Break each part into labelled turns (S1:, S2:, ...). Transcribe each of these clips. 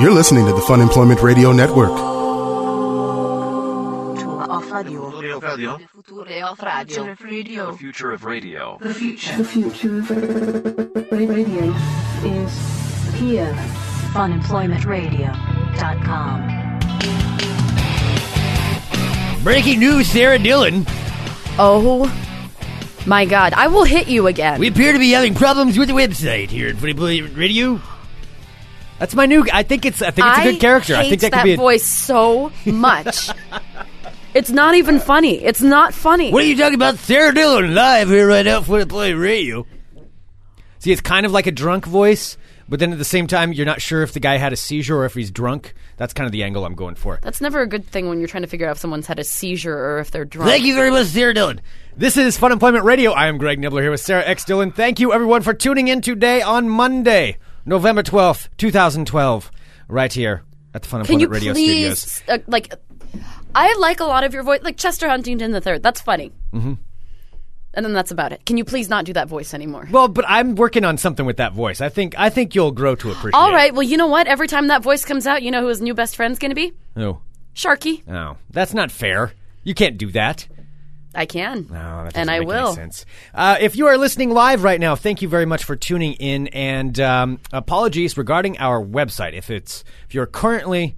S1: You're listening to the Fun Employment Radio Network.
S2: Future of radio.
S3: Future
S2: Future of
S3: of radio.
S2: radio.
S3: The future of radio.
S4: The future of radio is here.
S5: FunemploymentRadio.com.
S6: Breaking news, Sarah Dillon.
S7: Oh my god, I will hit you again.
S6: We appear to be having problems with the website here at Funny Boy Radio. That's my new. I think it's. I think it's a
S7: I
S6: good character.
S7: Hate
S6: I think that,
S7: that
S6: could be. A,
S7: voice so much. it's not even funny. It's not funny.
S6: What are you talking about, Sarah Dillon? Live here right now, Funny Boy Radio. See, it's kind of like a drunk voice, but then at the same time, you're not sure if the guy had a seizure or if he's drunk. That's kind of the angle I'm going for.
S7: That's never a good thing when you're trying to figure out if someone's had a seizure or if they're drunk.
S6: Thank you very much, Sarah Dillon. This is Fun Employment Radio. I am Greg Nibbler here with Sarah X. Dillon. Thank you, everyone, for tuning in today on Monday, November 12th, 2012, right here at the Fun
S7: Can you
S6: Employment Radio Studios.
S7: please, uh, like, I like a lot of your voice, like Chester Huntington the Third. That's funny. Mm-hmm. And then that's about it. Can you please not do that voice anymore?
S6: Well, but I'm working on something with that voice. I think I think you'll grow to appreciate
S7: All right. Well, you know what? Every time that voice comes out, you know who his new best friend's going to be?
S6: it. No.
S7: Sharky.
S6: No. That's not fair. You can't do that.
S7: I can.
S6: No, Oh, that doesn't
S7: and I
S6: make
S7: will.
S6: Any sense. Uh, if you are listening live right now, thank you very much for tuning in. And um, apologies regarding our website. If it's if you're currently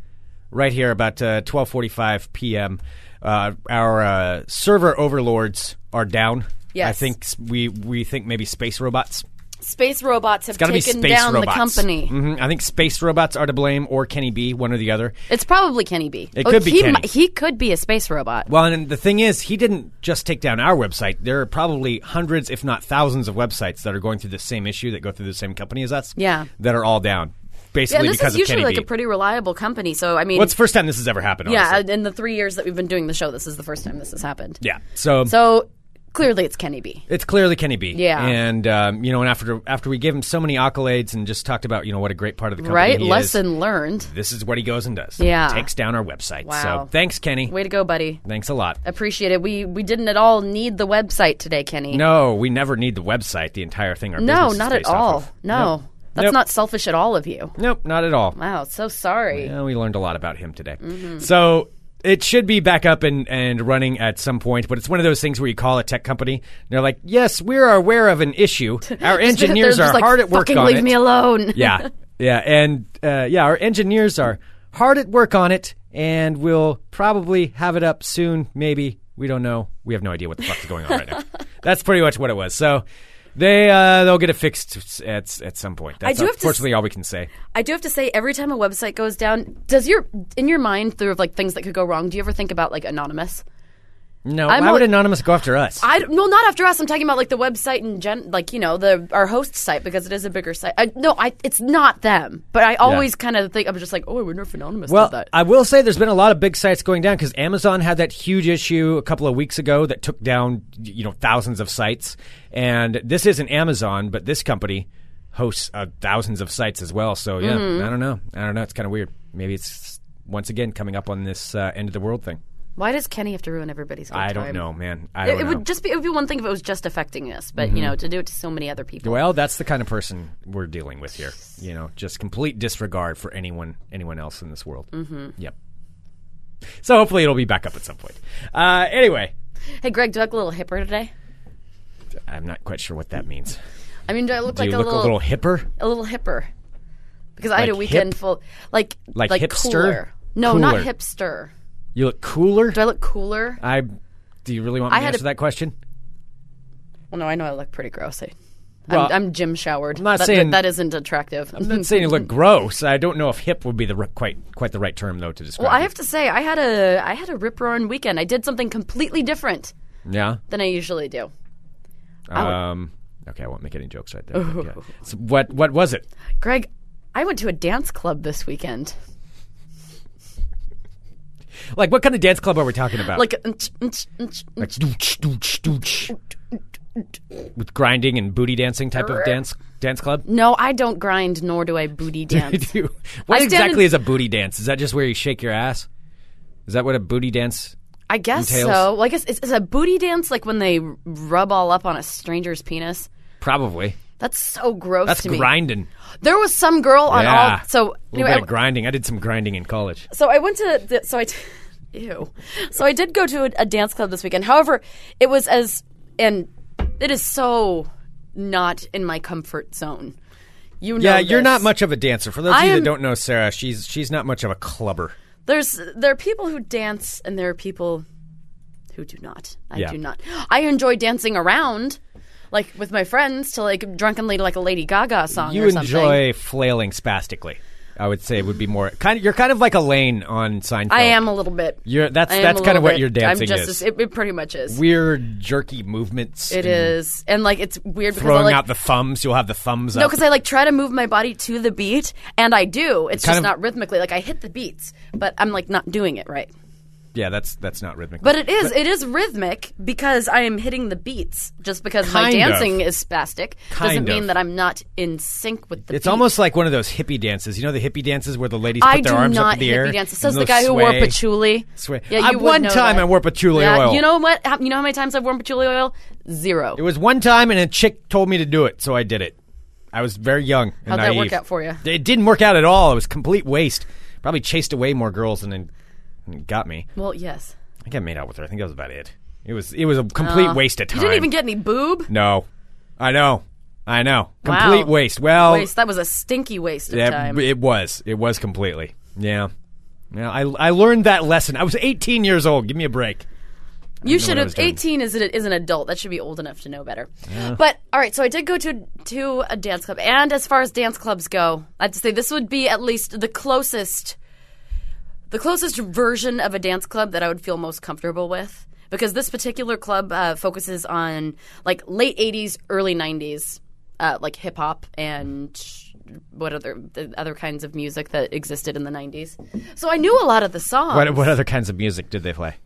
S6: right here about uh, 12:45 p.m., uh, our uh, server overlords are down.
S7: Yes.
S6: I think s- we we think maybe space robots.
S7: Space robots have
S6: Got to be
S7: taken
S6: space
S7: down
S6: robots.
S7: the company.
S6: hmm I think space robots are to blame, or Kenny B, one or the other.
S7: It's probably Kenny B.
S6: It could be
S7: he,
S6: Kenny.
S7: mi- He could be a space robot.
S6: Well, and the thing is, he didn't just take down our website. There are probably hundreds, if not thousands, of websites that are going through the same issue that go through the same company as us.
S7: Yeah.
S6: that are all down,
S7: yeah,
S6: basically
S7: this
S6: because
S7: is usually
S6: of Kenny
S7: like
S6: B.
S7: a pretty reliable company. So I mean,
S6: Well, it's the first time this has ever happened.
S7: yeah,
S6: honestly.
S7: in the three years that we've been doing the show, this is the first time this has happened.
S6: yeah. So,
S7: So clearly, it's Kenny B.
S6: it's clearly Kenny B.
S7: Yeah.
S6: and um, you know, and after after we gave him so many accolades and just talked about you know what a great part of the company
S7: Right?
S6: he is,
S7: Lesson learned.
S6: this is what he goes and does.
S7: Yeah.
S6: takes down our website.
S7: Wow. Uh,
S6: So thanks, Kenny.
S7: Way to go, buddy.
S6: Thanks a lot.
S7: Appreciate it. We we didn't at all need the website today, Kenny.
S6: No, we never need the website. The entire thing. Our
S7: No,
S6: business is
S7: not at
S6: based off
S7: all.
S6: of.
S7: No. That's
S6: Nope.
S7: not selfish at all of you.
S6: Nope, not at all.
S7: Wow, so sorry.
S6: Yeah, we learned a lot about him today.
S7: Mm-hmm.
S6: So it should be back up and, and running at some point, but it's one of those things where you call a tech company and they're like, yes, we are aware of an issue. Our engineers
S7: They're
S6: are
S7: just like,
S6: hard at work
S7: Fucking
S6: on
S7: leave
S6: it.
S7: me alone.
S6: yeah, yeah, and uh, yeah, our engineers are hard at work on it, and we'll probably have it up soon. Maybe we don't know. We have no idea what the fuck's going on right now. That's pretty much what it was. So. They uh, they'll get it fixed at at some point. That's
S7: do have to s-
S6: unfortunately all we can say.
S7: I do have to say, every time a website goes down, does your in your mind through of like things that could go wrong? Do you ever think about like anonymous?
S6: No,
S7: I'm
S6: why would
S7: al-
S6: anonymous go after us?
S7: I d- no, not after us. I'm talking about like the website and gen, like you know the our host site because it is a bigger site. I, no, I it's not them, but I always kind of think I'm just like, oh, I wonder if anonymous
S6: Well,
S7: did that.
S6: I will say there's been a lot of big sites going down because Amazon had that huge issue a couple of weeks ago that took down you know thousands of sites, and this isn't Amazon, but this company hosts uh, thousands of sites as well. So yeah,
S7: Mm-hmm.
S6: I don't know, I don't know. It's kind of weird. Maybe it's once again coming up on this uh, end of the world thing.
S7: Why does Kenny have to ruin everybody's? Good
S6: I
S7: time?
S6: don't know, man.
S7: It,
S6: I don't
S7: it
S6: know. Mm-hmm.
S7: would just be it would be one thing if it was just affecting us, but you know to do it to so many other people.
S6: well, that's the kind of person we're dealing with here. You know, just complete disregard for anyone anyone else in this world. Mm-hmm. Yep. So hopefully it'll be back up at some point. Uh, anyway.
S7: Hey, Greg, do I look a little hipper today?
S6: I'm not quite sure what that means.
S7: I mean, do I look
S6: Do
S7: like
S6: you look a little hipper?
S7: a little hipper because I had
S6: Like
S7: a weekend
S6: hip?
S7: full like
S6: Like hipster?
S7: cooler. No, not
S6: Cooler.
S7: hipster.
S6: You look cooler.
S7: Do I look cooler?
S6: I. Do you really want me
S7: I
S6: to
S7: had a-
S6: answer that question?
S7: Well, no, I know I look pretty gross. I,
S6: Well,
S7: I'm, I'm gym showered.
S6: I'm not
S7: that,
S6: saying-
S7: that, that isn't attractive.
S6: I'm not saying you look gross. I don't know if hip would be the r- quite quite the right term though to describe.
S7: well, I
S6: it.
S7: have to say, I had a I had a rip roaring weekend. I did something completely different
S6: Yeah.
S7: than I usually do.
S6: Um. Okay, I won't make any jokes right there. but yeah. So what what was it?
S7: Greg, I went to a dance club this weekend.
S6: Like what kind of dance club are we talking about?
S7: Like, mm, mm, mm, mm.
S6: Like, dooch, dooch, dooch. with grinding and booty dancing type of dance dance club.
S7: no, I don't grind, nor do I booty dance.
S6: what
S7: I stand
S6: exactly
S7: in-
S6: is a booty dance? Is that just where you shake your ass? Is that what a booty dance
S7: I guess
S6: Entails?
S7: so. Well, I guess it's, it's a booty dance, like when they rub all up on a stranger's penis.
S6: Probably.
S7: That's so gross
S6: That's
S7: to me.
S6: grinding.
S7: There was some girl on
S6: yeah.
S7: all. So
S6: a little
S7: anyway,
S6: bit of grinding. I did some grinding in college.
S7: so I went to the, so I t- ew. So I did go to a, a dance club this weekend. However, it was as and it is so not in my comfort zone. You know
S6: Yeah, you're
S7: this.
S6: not much of a dancer. For those of
S7: I
S6: you
S7: am-
S6: that don't know Sarah, she's she's not much of a clubber.
S7: There's there are people who dance and there are people who do not. I
S6: Yeah.
S7: do not. I enjoy dancing around like with my friends to like drunkenly to like a Lady Gaga song
S6: You
S7: or something.
S6: enjoy flailing spastically. I would say would be more kind. Of, you're kind of like Elaine on Seinfeld.
S7: I am a little bit.
S6: You're- that's-
S7: I am
S6: that's
S7: a
S6: kinda
S7: little
S6: what
S7: bit-
S6: your dancing
S7: I'm just
S6: is.
S7: As, it, it pretty much is.
S6: weird, jerky movements.
S7: It
S6: and
S7: is, and like it's weird because I,
S6: throwing
S7: like,
S6: out the thumbs. You'll have the thumbs
S7: no,
S6: up.
S7: because I like try to move my body to the beat, and I do. It's
S6: Kind
S7: just
S6: of-
S7: not rhythmically. Like I hit the beats, but I'm like not doing it right.
S6: yeah, that's that's not rhythmic.
S7: But it is, it is rhythmic because I am hitting the beats. Just because my
S6: Kind of.
S7: dancing is spastic doesn't
S6: Kind
S7: mean
S6: of.
S7: that I'm not in sync with the.
S6: it's
S7: beat.
S6: almost like one of those hippie dances. You know the hippie dances where the ladies
S7: I
S6: put their
S7: do
S6: arms
S7: not
S6: up in the
S7: hippie
S6: air.
S7: dance. It
S6: and
S7: says the
S6: they'll
S7: guy who wore
S6: sway.
S7: patchouli.
S6: Sway.
S7: Yeah,
S6: I-
S7: you would
S6: one
S7: know
S6: time
S7: that.
S6: I wore patchouli
S7: yeah,
S6: oil.
S7: You know what? How, you know how many times I've worn patchouli oil? Zero.
S6: It was one time, and a chick told me to do it, so I did it. I was very young. And
S7: How'd that
S6: naive.
S7: work out for you?
S6: It didn't work out at all. It was complete waste. Probably chased away more girls than it- than it got me.
S7: well, yes.
S6: I think I made out with her. I think that was about it. It was it was a complete waste of time.
S7: Uh, You didn't even get any boob.
S6: No, I know, I know.
S7: Wow.
S6: Complete waste. Well,
S7: waste. That was a stinky waste of
S6: that-
S7: time.
S6: it was. It was completely. Yeah. Yeah. I I learned that lesson. I was 18 years old. Give me a break.
S7: You
S6: know
S7: should
S6: what I
S7: have.
S6: was doing.
S7: Eighteen is an, is an adult. That should be old enough to know better. But all right, so I did go to to a dance club, and as far as dance clubs go, I'd say this would be at least the closest, the closest version of a dance club that I would feel most comfortable with, because this particular club uh, focuses on like late '80s, early '90s, uh, like hip hop and what other the other kinds of music that existed in the '90s. So I knew a lot of the songs.
S6: What what other kinds of music did they play?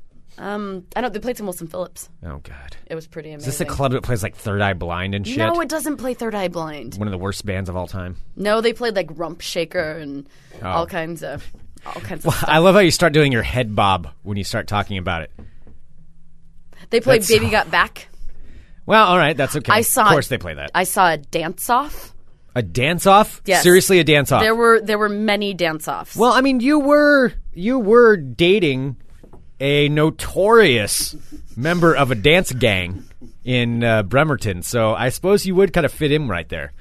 S7: Um, I know they played some Wilson Phillips.
S6: Oh God.
S7: It was pretty amazing.
S6: Is this a club that plays like Third Eye Blind and shit?
S7: No, it doesn't play Third Eye Blind.
S6: One of the worst bands of all time.
S7: No, they played like Rump Shaker and
S6: Oh.
S7: all kinds of all kinds of stuff.
S6: I love how you start doing your head bob when you start talking about it.
S7: They played
S6: that's-
S7: Baby Got Back.
S6: Well, all right, that's okay.
S7: I saw
S6: Of course, they play that.
S7: I saw a dance off.
S6: A dance off?
S7: Yes.
S6: Seriously, a dance off?
S7: There were there were many dance offs.
S6: Uh. Well, I mean, you were you were dating a notorious member of a dance gang in uh, Bremerton, so I suppose you would kind of fit in right there.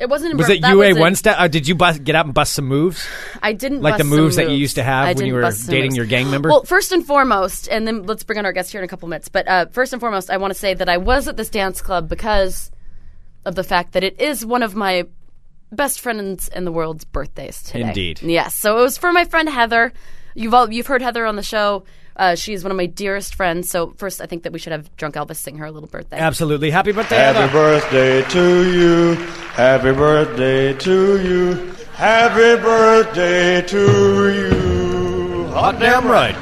S7: it wasn't in
S6: Was
S7: Bur-
S6: it
S7: that
S6: UA
S7: was in-
S6: one step? Uh, did you bust, get out and bust some moves?
S7: I didn't
S6: Like the
S7: bust some
S6: moves that you used to have
S7: I
S6: when you
S7: didn't
S6: were
S7: bust some
S6: dating
S7: moves.
S6: your gang member?
S7: Well, first and foremost, and then let's bring on our guest here in a couple minutes. But uh, first and foremost, I want to say that I was at this dance club because of the fact that it is one of my best friends in the world's birthdays today.
S6: Indeed.
S7: Yes. So it was for my friend Heather. You've all you've heard Heather on the show. Uh, she is one of my dearest friends. So first, I think that we should have drunk Elvis sing her a little birthday.
S6: Absolutely. Happy birthday!
S5: Happy
S6: Heather.
S5: birthday to you. Happy birthday to you. Happy birthday to you. Hot damn right.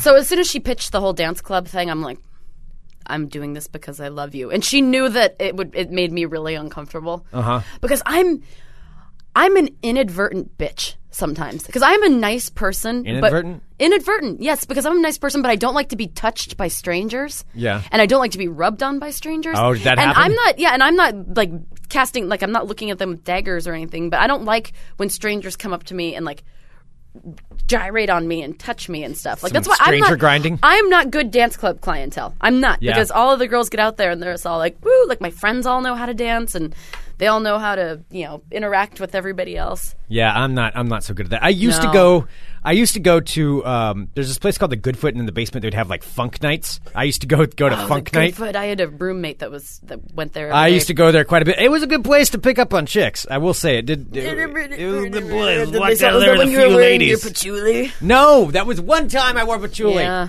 S7: So as soon as she pitched the whole dance club thing, I'm like, I'm doing this because I love you, and she knew that it would. It made me really uncomfortable. Uh
S6: Uh-huh.
S7: huh. Because I'm, I'm an inadvertent bitch sometimes. Because I'm a nice person. but-
S6: Inadvertent?
S7: inadvertent, yes. Because I'm a nice person, but I don't like to be touched by strangers.
S6: Yeah.
S7: And I don't like to be rubbed on by strangers.
S6: Oh, did that
S7: and
S6: happen?
S7: I'm not. Yeah, and I'm not like casting. Like I'm not looking at them with daggers or anything. But I don't like when strangers come up to me and like gyrate on me and touch me and stuff. Like
S6: Some
S7: that's why I'm
S6: stranger
S7: not
S6: grinding?
S7: I'm not good dance club clientele. I'm not
S6: Yeah.
S7: because all of the girls get out there and they're just all like, "Woo!" Like my friends all know how to dance and they all know how to you know interact with everybody else.
S6: Yeah, I'm not. I'm not so good at that. I used to
S7: No.
S6: go. I used to go to. Um, there's this place called the Goodfoot, and in the basement they'd have like funk nights. I used to go
S7: Oh,
S6: go to funk night.
S7: Goodfoot. I had a roommate that was that went there.
S6: I used to go there quite a bit. It was a good place to pick up on chicks. I will say it did. It, it was a good place. Walked
S7: "Oh,
S6: out of there with a few ladies.
S7: patchouli.
S6: No, that was one time I wore patchouli.
S7: Yeah,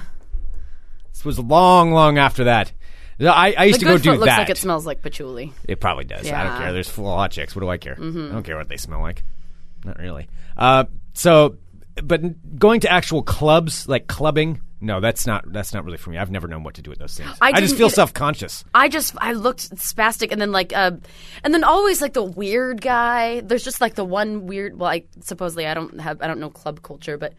S6: This was long, long after that. No, I, I
S7: the
S6: used to go
S7: Goodfoot
S6: do
S7: looks
S6: that.
S7: like it smells like patchouli.
S6: It probably does. I don't
S7: Yeah. Mm-hmm.
S6: care. There's full of hot chicks. What do I care? I don't care what they smell like. Not really. Uh, so, but n- going to actual clubs like clubbing. No, that's not that's not really for me. I've never known what to do with those things.
S7: I
S6: just
S7: didn't
S6: feel
S7: either.
S6: self conscious.
S7: I just I looked spastic, and then like, uh, and then always like the weird guy. There's just like the one weird. Well, I supposedly I don't have I don't know club culture, but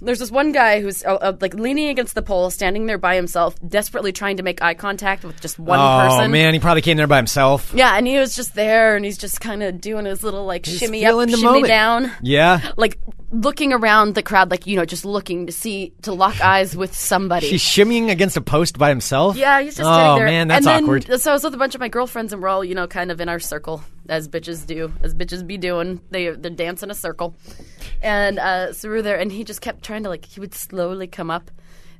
S7: There's this one guy who's uh, uh, like leaning against the pole, standing there by himself, desperately trying to make eye contact with just one
S6: oh
S7: person.
S6: man, he probably came there by himself.
S7: Yeah, and he was just there, and he's just kind of doing his little like shimmy up,
S6: feeling the
S7: shimmy
S6: moment.
S7: down,
S6: Yeah,
S7: like looking around the crowd, like you know, just looking to see to lock eyes with somebody.
S6: he's shimmying against a post by himself.
S7: Yeah, he's just
S6: oh
S7: sitting there.
S6: man,
S7: and
S6: that's
S7: then,
S6: awkward.
S7: So I was with a bunch of my girlfriends, and we're all, you know, kind of in our circle, as bitches do, as bitches be doing. They they dance in a circle, and uh, so we were there, and he just kept trying to like he would slowly come up.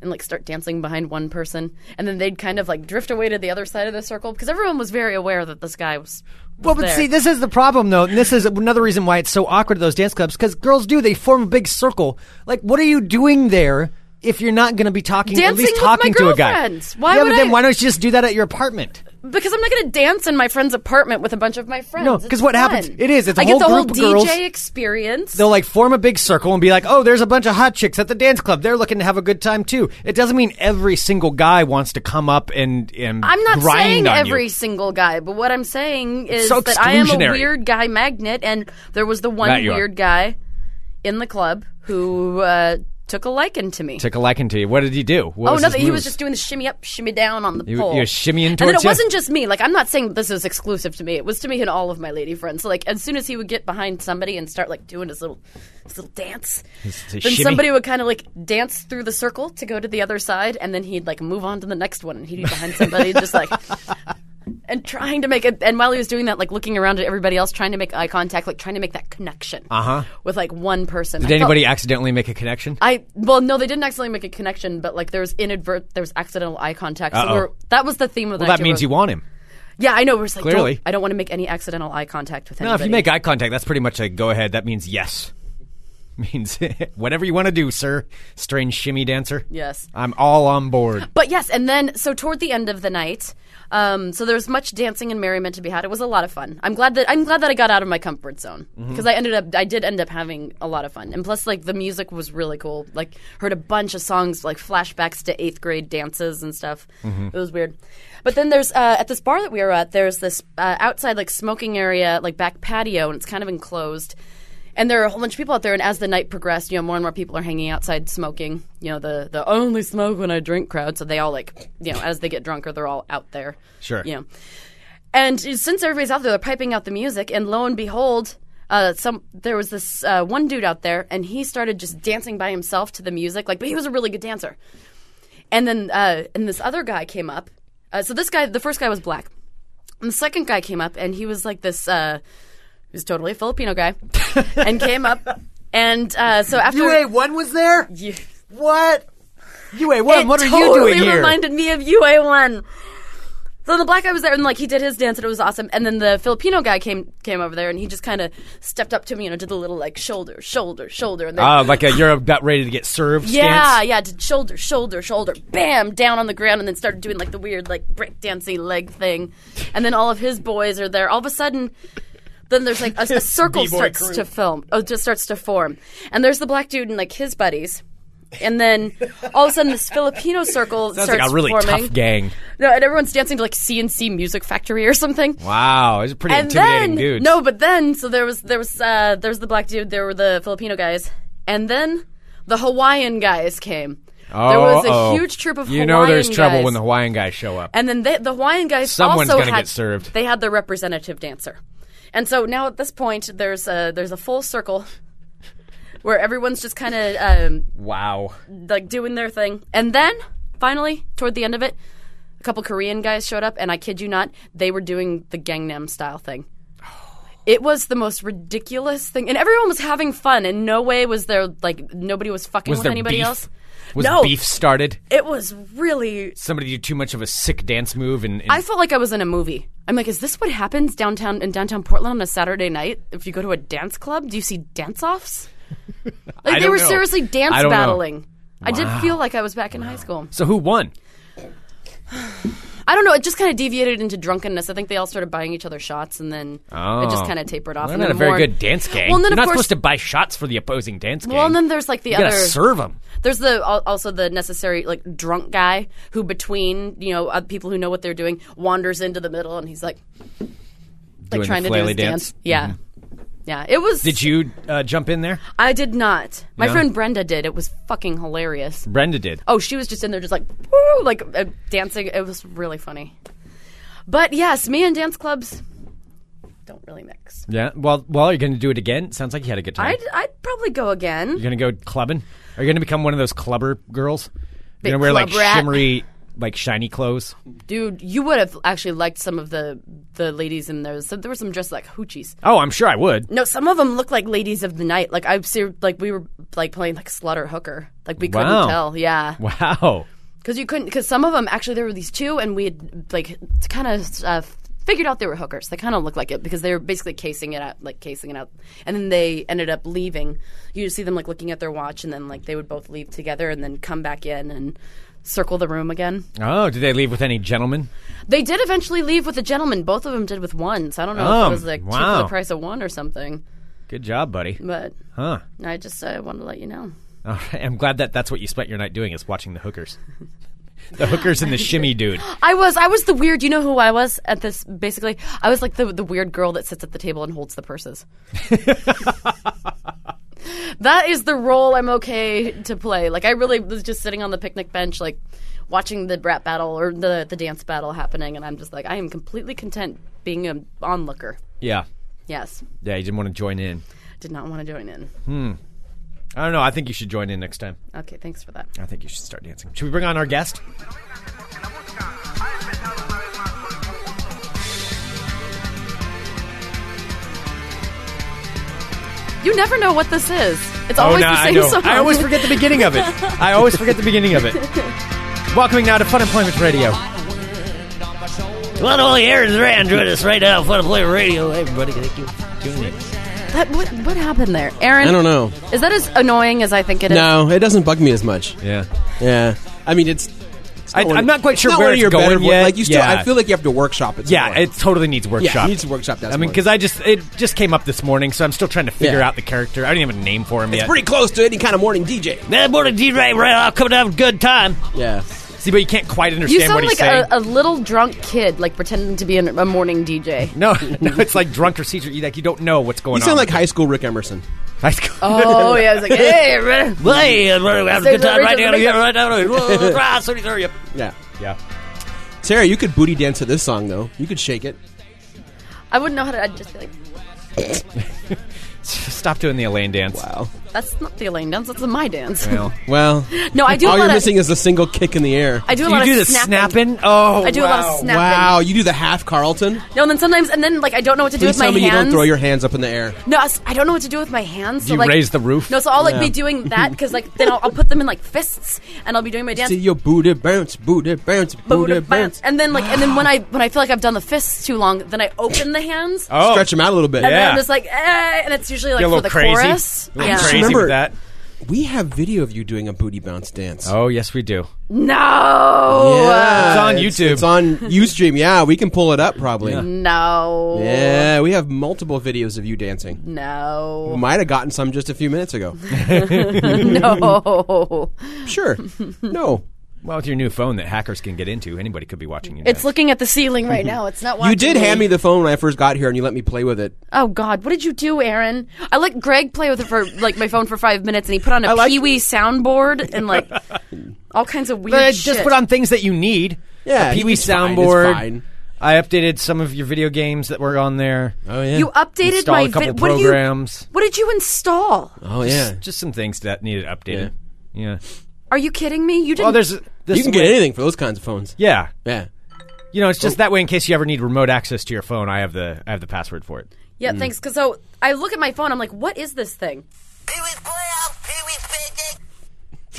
S7: And like start dancing behind one person, and then they'd kind of like drift away to the other side of the circle because everyone was very aware that this guy was. was
S6: Well, but
S7: there.
S6: see, this is the problem, though. And this is another reason why it's so awkward at those dance clubs because girls do. They form a big circle. Like, what are you doing there if you're not going to be talking, at
S7: Dancing
S6: least
S7: with
S6: talking
S7: my
S6: to a guy?
S7: girlfriends. Why
S6: yeah,
S7: would
S6: but then
S7: I-
S6: why don't you just do that at your apartment?
S7: because I'm not going to dance in my friend's apartment with a bunch of my friends.
S6: No,
S7: It's
S6: 'cause what
S7: fun.
S6: happens- it is, it's a
S7: I
S6: whole
S7: get the
S6: group of
S7: whole
S6: girls.
S7: DJ experience.
S6: They'll like form a big circle and be like, "Oh, there's a bunch of hot chicks at the dance club. They're looking to have a good time too." It doesn't mean every single guy wants to come up and and
S7: I'm not
S6: grind
S7: saying
S6: on you.
S7: every single guy, but what I'm saying is
S6: so
S7: that I am a
S6: exclusionary.
S7: weird guy magnet, and there was the one
S6: That you are.
S7: weird guy in the club who uh, took a liking to me.
S6: took a liking to you. What did he do? What
S7: oh,
S6: was
S7: nothing.
S6: his
S7: He was
S6: move?
S7: just doing the shimmy up, shimmy down on the
S6: You-
S7: pole.
S6: you were shimmying
S7: And then
S6: towards
S7: it
S6: you?
S7: wasn't just me. Like I'm not saying this is exclusive to me. It was to me and all of my lady friends. So, like as soon as he would get behind somebody and start like doing his little, his little dance,
S6: his
S7: then
S6: shimmy.
S7: somebody would kind of like dance through the circle to go to the other side, and then he'd like move on to the next one, and he'd be behind somebody just like. And trying to make it, and while he was doing that, like looking around at everybody else, trying to make eye contact, like trying to make that connection
S6: Uh-huh.
S7: with like one person.
S6: Did anybody accidentally make a connection?
S7: I well, no, they didn't accidentally make a connection, but like there was inadvert, there was accidental eye contact. So
S6: Uh-oh.
S7: we're, that was the theme of the
S6: well, that
S7: night,
S6: means
S7: too.
S6: you want him.
S7: Yeah, I know. We're just like,
S6: Clearly.
S7: don't- I don't want to make any accidental eye contact with
S6: No,
S7: anybody.
S6: if you make eye contact, that's pretty much a go ahead. That means yes. Means whatever you want to do, sir. Strange shimmy dancer.
S7: yes,
S6: I'm all on board.
S7: but yes, and then so toward the end of the night, um, so there was much dancing and merriment to be had. It was a lot of fun. I'm glad that I'm glad that I got out of my comfort zone because I ended up I did end up having a lot of fun, and plus like the music was really cool. Like heard a bunch of songs like flashbacks to eighth grade dances and stuff. It was weird. But then there's uh, at this bar that we were at, there's this uh, outside like smoking area, like back patio, and it's kind of enclosed. And there are a whole bunch of people out there. And as the night progressed, you know, more and more people are hanging outside smoking. You know, the the only smoke when I drink crowd. So they all like, you know, as they get drunker, they're all out there.
S6: Sure.
S7: You know. And since everybody's out there, they're piping out the music, and lo and behold, uh, some there was this uh, one dude out there, and he started just dancing by himself to the music. Like, but he was a really good dancer. And then, uh, and this other guy came up. Uh, so this guy, the first guy was black. And the second guy came up, and he was like this. Uh, he was totally a Filipino guy, and came up. And uh, so after
S6: one was there?
S7: You-
S6: What? UA
S7: it totally reminded me of UA1. So the black guy was there, and like he did his dance, and it was awesome. And then the Filipino guy came came over there, and he just kind of stepped up to me, you know, did the little like shoulder, shoulder, shoulder, and then
S6: Ah, like a you're about ready to get served
S7: yeah,
S6: stance.
S7: yeah, did shoulder, shoulder, shoulder, bam, down on the ground, and then started doing like the weird like break dancing leg thing, and then all of his boys are there. All of a sudden. Then there's like a, a circle
S6: B-boy
S7: starts
S6: crew.
S7: to film, oh, just starts to form, and there's the black dude and like his buddies, and then all of a sudden this Filipino circle
S6: Sounds
S7: starts
S6: like a really
S7: forming.
S6: tough gang.
S7: No, and everyone's dancing to like CNC Music Factory or something.
S6: Wow, he's a pretty
S7: And
S6: intimidating
S7: then
S6: dude.
S7: no, but then so there was there was uh, there was the black dude, there were the Filipino guys, and then the Hawaiian guys came. there was a
S6: Uh-oh.
S7: huge troop of
S6: You
S7: Hawaiian
S6: know there's trouble
S7: guys.
S6: when the Hawaiian guys show up.
S7: and then they, the Hawaiian guys
S6: Someone's
S7: also
S6: gonna
S7: had,
S6: get served.
S7: They had their representative dancer, and so now at this point there's a there's a full circle where everyone's just kind of um,
S6: wow.
S7: like doing their thing. And then finally, toward the end of it, a couple Korean guys showed up, and I kid you not, they were doing the Gangnam style thing. It was the most ridiculous thing, and everyone was having fun. In no way was there like nobody was fucking
S6: Was
S7: with
S6: there
S7: anybody
S6: beef?
S7: else.
S6: Was
S7: No.
S6: beef started?
S7: It was really.
S6: Somebody did too much of a sick dance move and, and
S7: I felt like I was in a movie. I'm like, is this what happens downtown in downtown Portland on a Saturday night? If you go to a dance club, do you see dance offs? Like
S6: I
S7: they
S6: don't
S7: were
S6: know.
S7: seriously dance
S6: I don't know.
S7: battling. I did feel like I was back in high school.
S6: So who won?
S7: I don't know. It just kind of deviated into drunkenness. I think they all started buying each other shots, and then it just
S6: Oh.
S7: kind of tapered off.
S6: They're
S7: and
S6: not
S7: then
S6: a very
S7: more-
S6: good dance gang.
S7: Well, and then
S6: You're
S7: of
S6: not
S7: course,
S6: supposed to buy shots for the opposing dance gang.
S7: well, and then there's like the
S6: you gotta
S7: other.
S6: serve them.
S7: There's the al- also the necessary like drunk guy who between you know uh, people who know what they're doing wanders into the middle and he's like like
S6: Doing the
S7: trying to do
S6: flaily
S7: his
S6: dance? Mm-hmm.
S7: Yeah, Yeah, it was.
S6: Did you uh, jump in there?
S7: I did not. My
S6: No?
S7: friend Brenda did. It was fucking hilarious.
S6: Brenda did.
S7: Oh, she was just in there, just like woo, like uh, dancing. It was really funny. But yes, me and dance clubs don't really mix.
S6: Yeah. Well, well, you're going to do it again. Sounds like you had a good time.
S7: I'd I'd probably go again.
S6: You're going to go clubbing. Are you going to become one of those clubber girls?
S7: Big
S6: You're going to wear like
S7: club rat.
S6: shimmery, like shiny clothes.
S7: Dude, you would have actually liked some of the the ladies in there. So there were some dressed like hoochies.
S6: Oh, I'm sure I would.
S7: No, some of them looked like ladies of the night. Like I ser- like we were like playing like slut or hooker. Like we couldn't
S6: Wow.
S7: tell. Yeah,
S6: Wow.
S7: because you couldn't. Because some of them actually there were these two, and we had like kind of uh, figured out they were hookers. They kind of looked like it because they were basically casing it out, like casing it out. And then they ended up leaving. You just see them like looking at their watch, and then like they would both leave together, and then come back in and circle the room again.
S6: Oh, did they leave with any gentlemen?
S7: They did eventually leave with a gentleman. Both of them did with one. So I don't know if
S6: Oh,
S7: it was like cheap
S6: wow.
S7: for the price of one or something.
S6: Good job, buddy.
S7: But
S6: Huh.
S7: I just uh, wanted to let you know.
S6: All right. I'm glad that that's what you spent your night doing is watching the hookers. the hookers and the shimmy dude.
S7: I was I was the weird. You know who I was at this? Basically, I was like the the weird girl that sits at the table and holds the purses. that is the role I'm okay to play. Like I really was just sitting on the picnic bench, like watching the rap battle or the the dance battle happening, and I'm just like I am completely content being an onlooker.
S6: Yeah.
S7: Yes,
S6: Yeah, you didn't want to join in.
S7: did not want to join in.
S6: I don't know. I think you should join in next time.
S7: Okay, thanks for that.
S6: I think you should start dancing. Should we bring on our guest?
S7: You never know what this is. It's always
S6: no,
S7: the
S6: Oh, I
S7: same
S6: know.
S7: song.
S6: I always forget the beginning of it. I always forget the beginning of it. Welcoming now to Fun Employment Radio.
S8: Well, all here is right. Enjoy this right now. Fun to play radio. Hey, everybody, thank you for tuning in.
S7: That, what, what happened there, Aaron?
S9: I don't know.
S7: Is that as annoying as I think it is?
S9: No, it doesn't bug me as much.
S6: Yeah.
S9: Yeah, I mean it's. it's
S6: I-
S9: one-
S6: I'm not quite sure
S9: it's
S6: where
S9: one of
S6: it's
S9: your
S6: going
S9: better vo-
S6: yet.
S9: Like you still,
S6: Yeah.
S9: I feel like you have to workshop it. some
S6: Yeah,
S9: more.
S6: it totally needs workshop.
S9: yeah, it needs to workshop that.
S6: I mean, because I just it just came up this morning, so I'm still trying to figure
S9: Yeah.
S6: out the character. I don't even have a name for him
S9: it's
S6: yet.
S9: pretty close to any kind of morning DJ.
S8: That morning, D Ray right off, coming up, good time.
S9: Yeah,
S6: See, but you can't quite
S7: You
S6: understand
S7: sound
S6: what he's
S7: like
S6: saying.
S7: a, a little drunk kid, like pretending to be an, a morning DJ.
S6: no, no, it's like drunk or seizure. You like you don't know what's going
S9: you sound
S6: on.
S9: like high school Rick Emerson.
S6: like
S7: Oh yeah, I was like, hey, man.
S8: Hey, everybody, have a
S7: Save
S8: good
S7: the
S8: time right
S7: original
S8: now.
S7: makeup.
S8: Yeah, right now. Whoa, right, 73, yep.
S9: Yeah,
S6: yeah.
S9: Sarah, you could booty dance to this song though. You could shake it.
S7: I wouldn't know how to. I'd just be like,
S6: Stop doing the Elaine dance.
S9: Wow.
S7: that's not the Elaine dance. That's my dance.
S6: Well,
S9: Well,
S7: No, I do.
S9: all
S7: a lot
S9: you're
S7: of,
S9: missing is a single kick in the air.
S7: I do a
S6: do
S7: lot
S6: you do the
S7: of
S6: snapping? Oh,
S7: I do a lot
S6: wow.
S7: of snapping.
S9: Wow, you do the half Carlton.
S7: No, and then sometimes, and then like I don't know what to do
S9: Please
S7: with my
S9: tell me
S7: hands.
S9: you don't throw your hands up in the air.
S7: No, I s- I don't know what to do with my hands.
S6: Do
S7: so,
S6: you
S7: like,
S6: raise the roof?
S7: No, so I'll like
S9: Yeah.
S7: be doing that because like then I'll, I'll put them in like fists and I'll be doing my dance.
S9: See your booty bounce, booty bounce, booty bounce.
S7: And then like, and then when I when I feel like I've done the fists too long, then I open the hands.
S6: Oh.
S9: Stretch them out a little bit.
S7: And then
S6: yeah.
S7: I'm just like, eh, and it's usually like
S6: You're
S7: for
S6: a little
S7: the
S6: crazy.
S7: chorus.
S6: A little crazy
S9: Remember-
S6: with that.
S9: We have video of you doing a booty bounce dance.
S6: Oh yes, we do.
S7: No,
S9: Yeah,
S6: It's on
S9: it's-
S6: YouTube.
S9: It's on Ustream. Yeah, we can pull it up probably. Yeah,
S7: no,
S9: we have multiple videos of you dancing. We
S7: no,
S9: might have gotten some just a few minutes ago.
S7: no.
S9: Sure. No.
S6: Well, with your new phone that hackers can get into, anybody could be watching you.
S7: It's
S6: dance.
S7: looking at the ceiling right now. It's not. Watching
S9: You did hand me the phone when I first got here and you let me play with it.
S7: Oh God, what did you do, Aaron? I let Greg play with it for like my phone for five minutes, and he put on a
S9: like-
S7: Pee Wee soundboard and like all kinds of weird.
S6: Uh,
S7: shit.
S6: just put on things that you need.
S9: Yeah,
S6: a Pee Wee
S9: it's fine, it's
S6: soundboard.
S9: fine.
S6: I updated some of your video games that were on there.
S9: Oh yeah.
S7: You updated
S6: Installed
S7: my
S6: a couple
S7: vid-
S6: programs.
S7: What did you, what did you install?
S9: oh yeah.
S6: Just some things that needed updated. Yeah.
S7: Are you kidding me? You didn't.
S6: Well, there's this
S9: You can get
S6: way-
S9: anything for those kinds of phones.
S6: Yeah.
S9: Yeah.
S6: You know, it's just that way. In case you ever need remote access to your phone, I have the I have the password for it.
S7: yeah, thanks. Because so I look at my phone. I'm like, what is this thing?
S10: But if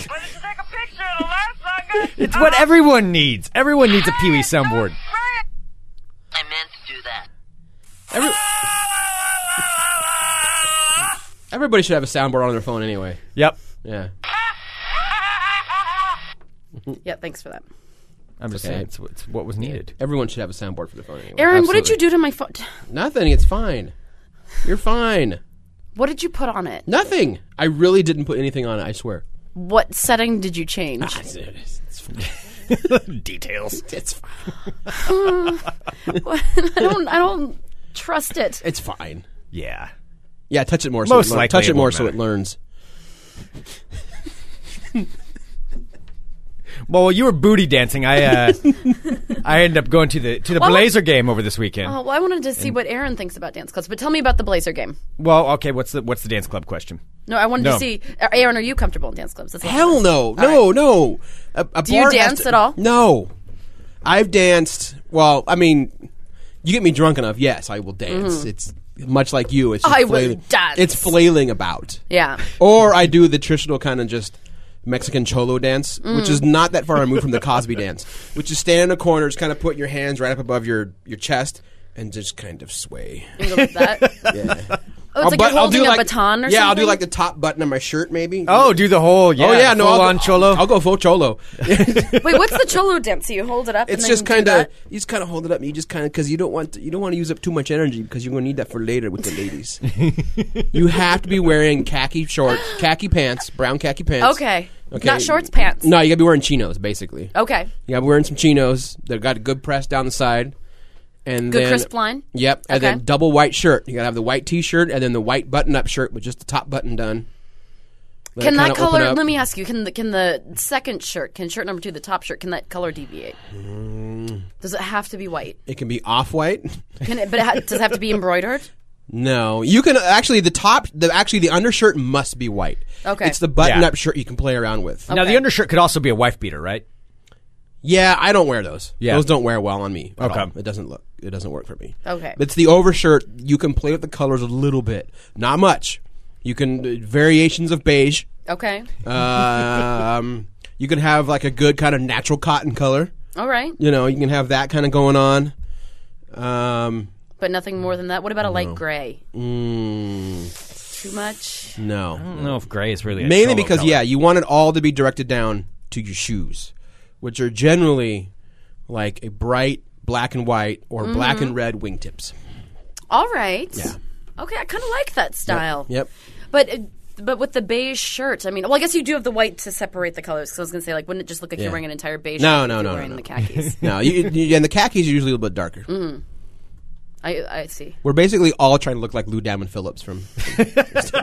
S10: you take a picture of the last sucker,
S6: It's what everyone needs. Everyone needs a Pee Wee soundboard.
S10: I meant to do that.
S9: Every- Everybody should have a soundboard on their phone anyway.
S6: Yep.
S9: Yeah.
S7: Yeah, thanks for that.
S6: I'm just
S9: okay.
S6: saying it's, it's what was needed.
S9: Everyone should have a soundboard for their phone anyway.
S7: Aaron, what did you
S9: Absolutely.
S7: do to my foot?
S9: Nothing. It's fine. You're fine.
S7: What did you put on it?
S9: Nothing. I really didn't put anything on it. I swear.
S7: What setting did you change?
S9: It's, it's fine.
S6: Details.
S9: It's fine.
S7: I don't. I don't trust it.
S9: It's fine.
S6: Yeah.
S9: Yeah, touch it more. So
S6: Most
S9: it lear-
S6: likely
S9: touch
S6: it
S9: it more
S6: won't
S9: so it
S6: matter.
S9: learns.
S6: Well, while you were booty dancing, I uh, I ended up going to the to the
S7: Well,
S6: Blazer game over this weekend.
S7: Oh, well, I wanted to see what Aaron thinks about dance clubs, but tell me about the Blazer game.
S6: Well, okay, what's the what's the dance club question?
S7: No, I wanted
S6: No.
S7: to see uh, Aaron. Are you comfortable in dance clubs? That's what I
S9: Hell
S7: wanted.
S9: no, no, no. A, a
S7: Do you
S9: bar has
S7: dance at all?
S9: No, I've danced. Well, I mean, you get me drunk enough. Yes, I will dance. It's much like you. It's just
S7: I will
S9: flailing-
S7: dance.
S9: It's flailing about.
S7: Yeah.
S9: Or I do the traditional kind of just Mexican cholo dance, which
S7: Mm.
S9: is not that far removed from the Cosby dance, which is stand in a corner, just kind of put your hands right up above your your chest and just kind of sway.
S7: You go with that. Oh, it's like
S9: but
S7: you're holding a
S9: do like,
S7: baton or something.
S9: yeah, I'll do like the top button of my shirt, maybe.
S6: Oh, do the whole yeah,
S9: oh yeah, no, I'll
S6: full
S9: go,
S6: on cholo.
S9: I'll, I'll go full cholo.
S7: Wait, what's the cholo dance? So you hold it up. and
S9: It's
S7: then
S9: just
S7: you do
S9: kind of
S7: that?
S9: you just kind of hold it up. And you just kind of because you don't want to, you don't want to use up too much energy because you're going to need that for later with the ladies. you have to be wearing khaki shorts, khaki pants, brown khaki pants.
S7: Okay. Not shorts, pants. Oh.
S9: No, you got to be wearing chinos basically.
S7: Okay.
S9: You got to be wearing some chinos that got a good press down the side, and
S7: Good
S9: then,
S7: crisp line?
S9: Yep, and
S7: Okay.
S9: then double white shirt. You got to have the white t-shirt and then the white button-up shirt with just the top button done. Let it
S7: Can that
S9: kinda open
S7: color?
S9: up.
S7: Let me ask you. Can the can the second shirt? Can shirt number two, the top shirt? Can that color deviate?
S9: Mm.
S7: Does it have to be white?
S9: It can be off-white.
S7: Can it? But it ha- does it have to be embroidered?
S9: No, you can actually the top, the actually the undershirt must be white.
S7: Okay.
S9: it's the button-up
S6: Yeah.
S9: shirt you can play around with.
S6: Now
S7: Okay.
S6: the undershirt could also be a wife beater, right?
S9: Yeah, I don't wear those.
S6: Yeah.
S9: those don't wear well on me. at
S6: Okay.
S9: all. it doesn't look, it doesn't work for me.
S7: Okay.
S9: it's the overshirt. You can play with the colors a little bit, not much. You can uh, variations of beige.
S7: Okay.
S9: Uh, Um, you can have like a good kind of natural cotton color.
S7: All right.
S9: You know, you can have that kind of going on. Um,
S7: But nothing more than that. What about a light gray?
S9: mm,
S7: Too much.
S9: no,
S6: I don't know if gray is really a
S9: mainly
S6: cholo
S9: because
S6: color.
S9: yeah you want it all to be directed down to your shoes which are generally like a bright black and white or black and red wingtips
S7: All right. Okay, I kind of like that style.
S9: yep
S7: But uh, but with the beige shirt, I mean, well, I guess you do have the white to separate the colors. Because I was gonna say, like, wouldn't it just look like
S9: Yeah.
S7: you're wearing an entire beige?
S9: No,
S7: shirt if
S9: no,
S7: you're
S9: no, no,
S7: Wearing
S9: no.
S7: the khakis.
S9: now you, you- and the khakis are usually a little bit darker
S7: I I see.
S9: we're basically all trying to look like lou diamond phillips from
S6: that's